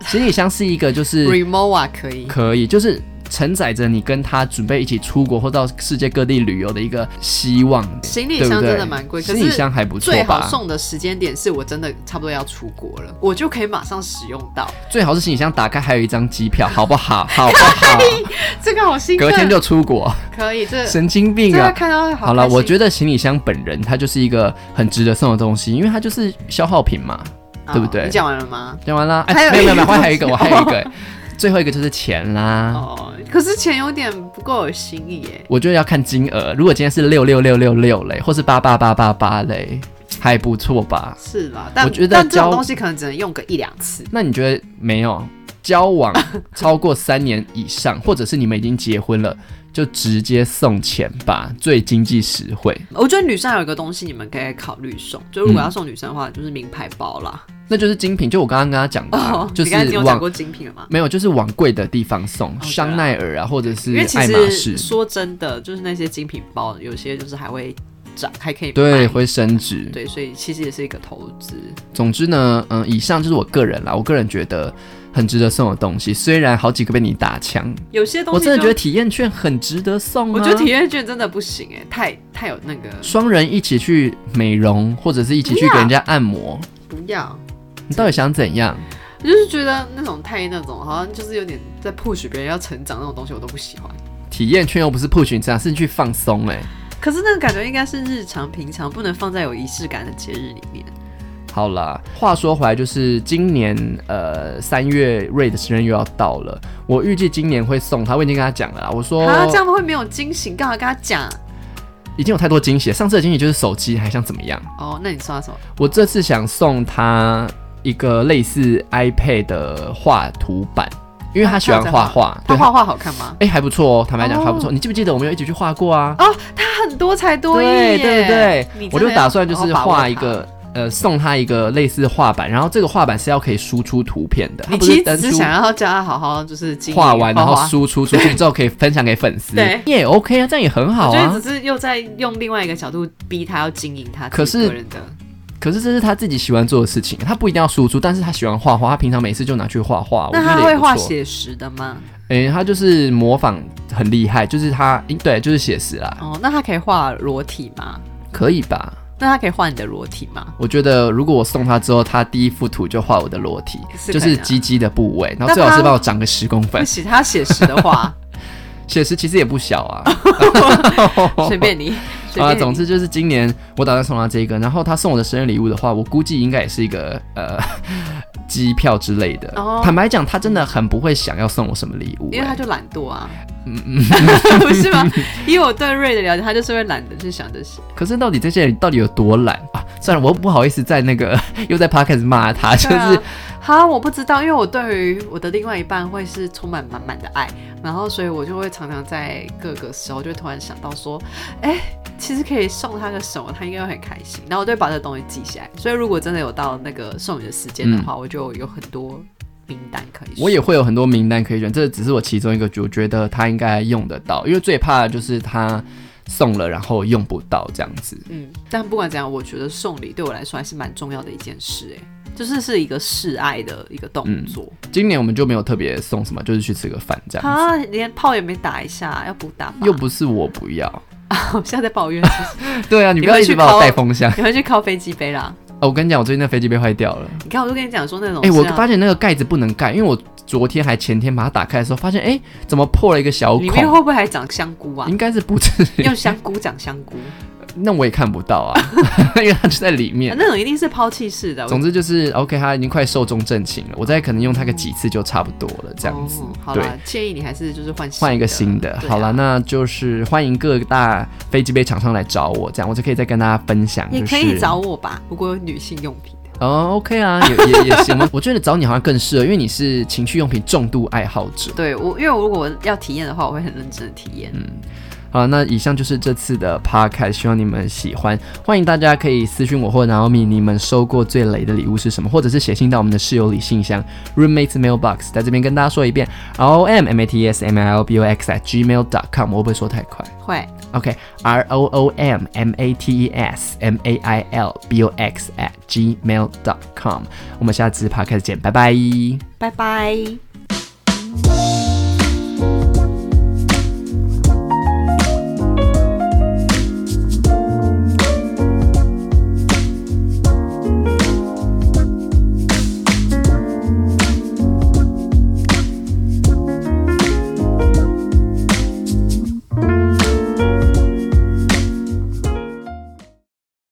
行李箱是一个就是 Remova 啊可以，可以，就是承载着你跟他准备一起出国或到世界各地旅游的一个希望，行李对不箱对？真的蛮贵，可行李是箱还不错最好吧？送的时间点是我真的差不多要出国了，我就可以马上使用到。最好是行李箱打开还有一张机票，好不好？好不 好？这个好兴奋，隔天就出国，可以，这神经病这啊个！看到好好了，我觉得得行李箱本人它就是一个很值得送的东西，因为它就是消耗品嘛。对不对哦你讲完了吗？讲完啦，还哎，有没有没有一没个有，我还有一个，我东西还有一个，最后一个就是钱啦。哦，可是钱有点不够有新意耶。我觉得要看金额，如果今天是六六六六六嘞，或是八八八八八嘞，还不错吧？是啦，但我觉得但这交种东西可能只能用个一两次。那你觉得没有交 往超过三年以上，或者是你们已经结婚了，就直接送钱吧，最经济实惠。我觉得女生还有一个东西你们可以考虑送，就嗯如果要送女生的话，就是名牌包啦。那就是精品，就我刚刚跟他讲的啊、哦，就 你刚才你是有讲往过精品了吗？没有，就是往贵的地方送，香奈儿啊，或者是因为其爱马实仕，说真的，就是那些精品包，有些就是还会涨，还可以对，卖会升值。对，所以其实也是一个投资。总之呢，嗯，以上就是我个人啦，我个人觉得很值得送的东西。虽然好几个被你打枪，有些东我西真的就觉得，体验券很值得送、啊。我觉得体验券真的不行哎，太太有那个双人一起去美容，或者是一起不去要给人家按摩，不要。你到底想怎样？我就是觉得那种太那种，好像就是有点在 push 别人要成长那种东西，我都不喜欢。体验券又不是 push 你这样，是去放松哎、可是那个感觉应该是日常平常，不能放在有仪式感的节日里面。好啦，话说回来，就是今年呃三月瑞的生日又要到了，我预计今年会送他，我已经跟他讲了啦，我说啊，这样会没有惊喜，干嘛跟他讲？已经有太多惊喜了，上次的惊喜就是手机，还想怎么样？哦，那你说他什么？我这次想送他一个类似 iPad 的画图板，因为他喜欢画画，哦他对，画画好看吗？哎、还不错哦，坦白讲哦还不错。你记不记得我们有一起去画过啊？他很多才多艺对耶，对对你，我真就的要打算就好是好把握画一它。个。呃，送他一个类似画板，然后这个画板是要可以输出图片的，它你不其是实单只是出想要叫他好好就是经营画完然后画输出出去之后可以分享给粉丝对，你也 OK 啊，这样也很好我觉得啊。只是又在用另外一个角度逼他要经营他可自己是个人的。可是这是他自己喜欢做的事情，他不一定要输出，但是他喜欢画画，他平常每次就拿去画哦画，我那觉他得会也不画错。写实的吗？诶、他就是模仿很厉害，就是他对，就是写实啦，哦，那他可以画裸体吗？可以吧？那他可以画你的裸体吗？我觉得如果我送他之后，他第一幅图就画我的裸体，是就可以是啊鸡鸡的部位，然后那最好是他帮我长个十公不分，行，他写实的画， 写实其实也不小 啊。随 便你，随啊，便你。总之就是今年我打算送他这个，然后他送我的生日礼物的话，我估计应该也是一个呃 机票之类的。哦坦白讲，他真的很不会想要送我什么礼物、因为他欸就懒惰啊，嗯 不是吗？以我对瑞的了解，他就是会懒得去想这些。可是到底这些人到底有多懒啊？算了，我又不好意思在那个 又在 podcast 骂他，就对是啊、哈，我不知道，因为我对于我的另外一半会是充满满满的爱，然后所以我就会常常在各个时候就会突然想到说，哎、其实可以送他个什么，他应该会很开心。然后我就会把这东西记下来，所以如果真的有到那个送礼的时间的话，我就有很多名单可以嗯选。我也会有很多名单可以选，这只是我其中一个，我觉得他应该用得到，因为最怕的就是他送了然后用不到这样子。嗯，但不管怎样，我觉得送礼对我来说还是蛮重要的一件事、哎，就是是一个示爱的一个嗯动作。今年我们就没有特别送什么，就是去吃个饭这样子。啊，连炮也没打一下，要补打吧？又不是我不要， 我现在在抱怨是不是，对啊，你不你要会一去直把我靠带风向。你会去靠飞机杯啦？哦，我跟你讲，我最近那飞机杯坏掉了。你看，我就跟你讲说那种哎、是啊要，我发现那个盖子不能盖，因为我昨天还前天把它打开的时候，发现哎、怎么破了一个小里面孔？会不会还长香菇啊？应该是不至 于，用香菇长香菇，那我也看不到啊， 因为它就在里面。啊那种一定是抛弃式的。我总之就是 OK，它已经快寿终正寝了。我再可能用它个几次就差不多了，这样子。哦好对，啦，建议你还是就是换换一个新的。好啦，了，那就是欢迎各大飞机杯厂商来找我，这样我就可以再跟大家分享。也就可以是找我吧。如果有女性用品的，哦，OK 啊，也也也行吗？我觉得找你好像更适合，因为你是情趣用品重度爱好者。对我，因为我如果要体验的话，我会很认真的体嗯验。好，那以上就是这次的 podcast，希望你们喜欢。欢迎大家可以私信我或 Naomi，你们收过最雷的礼物是什么？或者是写信到我们的室友里信箱 roommates mailbox，在这边跟大家说一遍 r o m m a t E s m i l b o x at gmail dot com，我会不会说太快会， ？OK，r、o o m m a t e s m a i l b o x at gmail dot com，我们下次 podcast 见，拜拜。拜拜。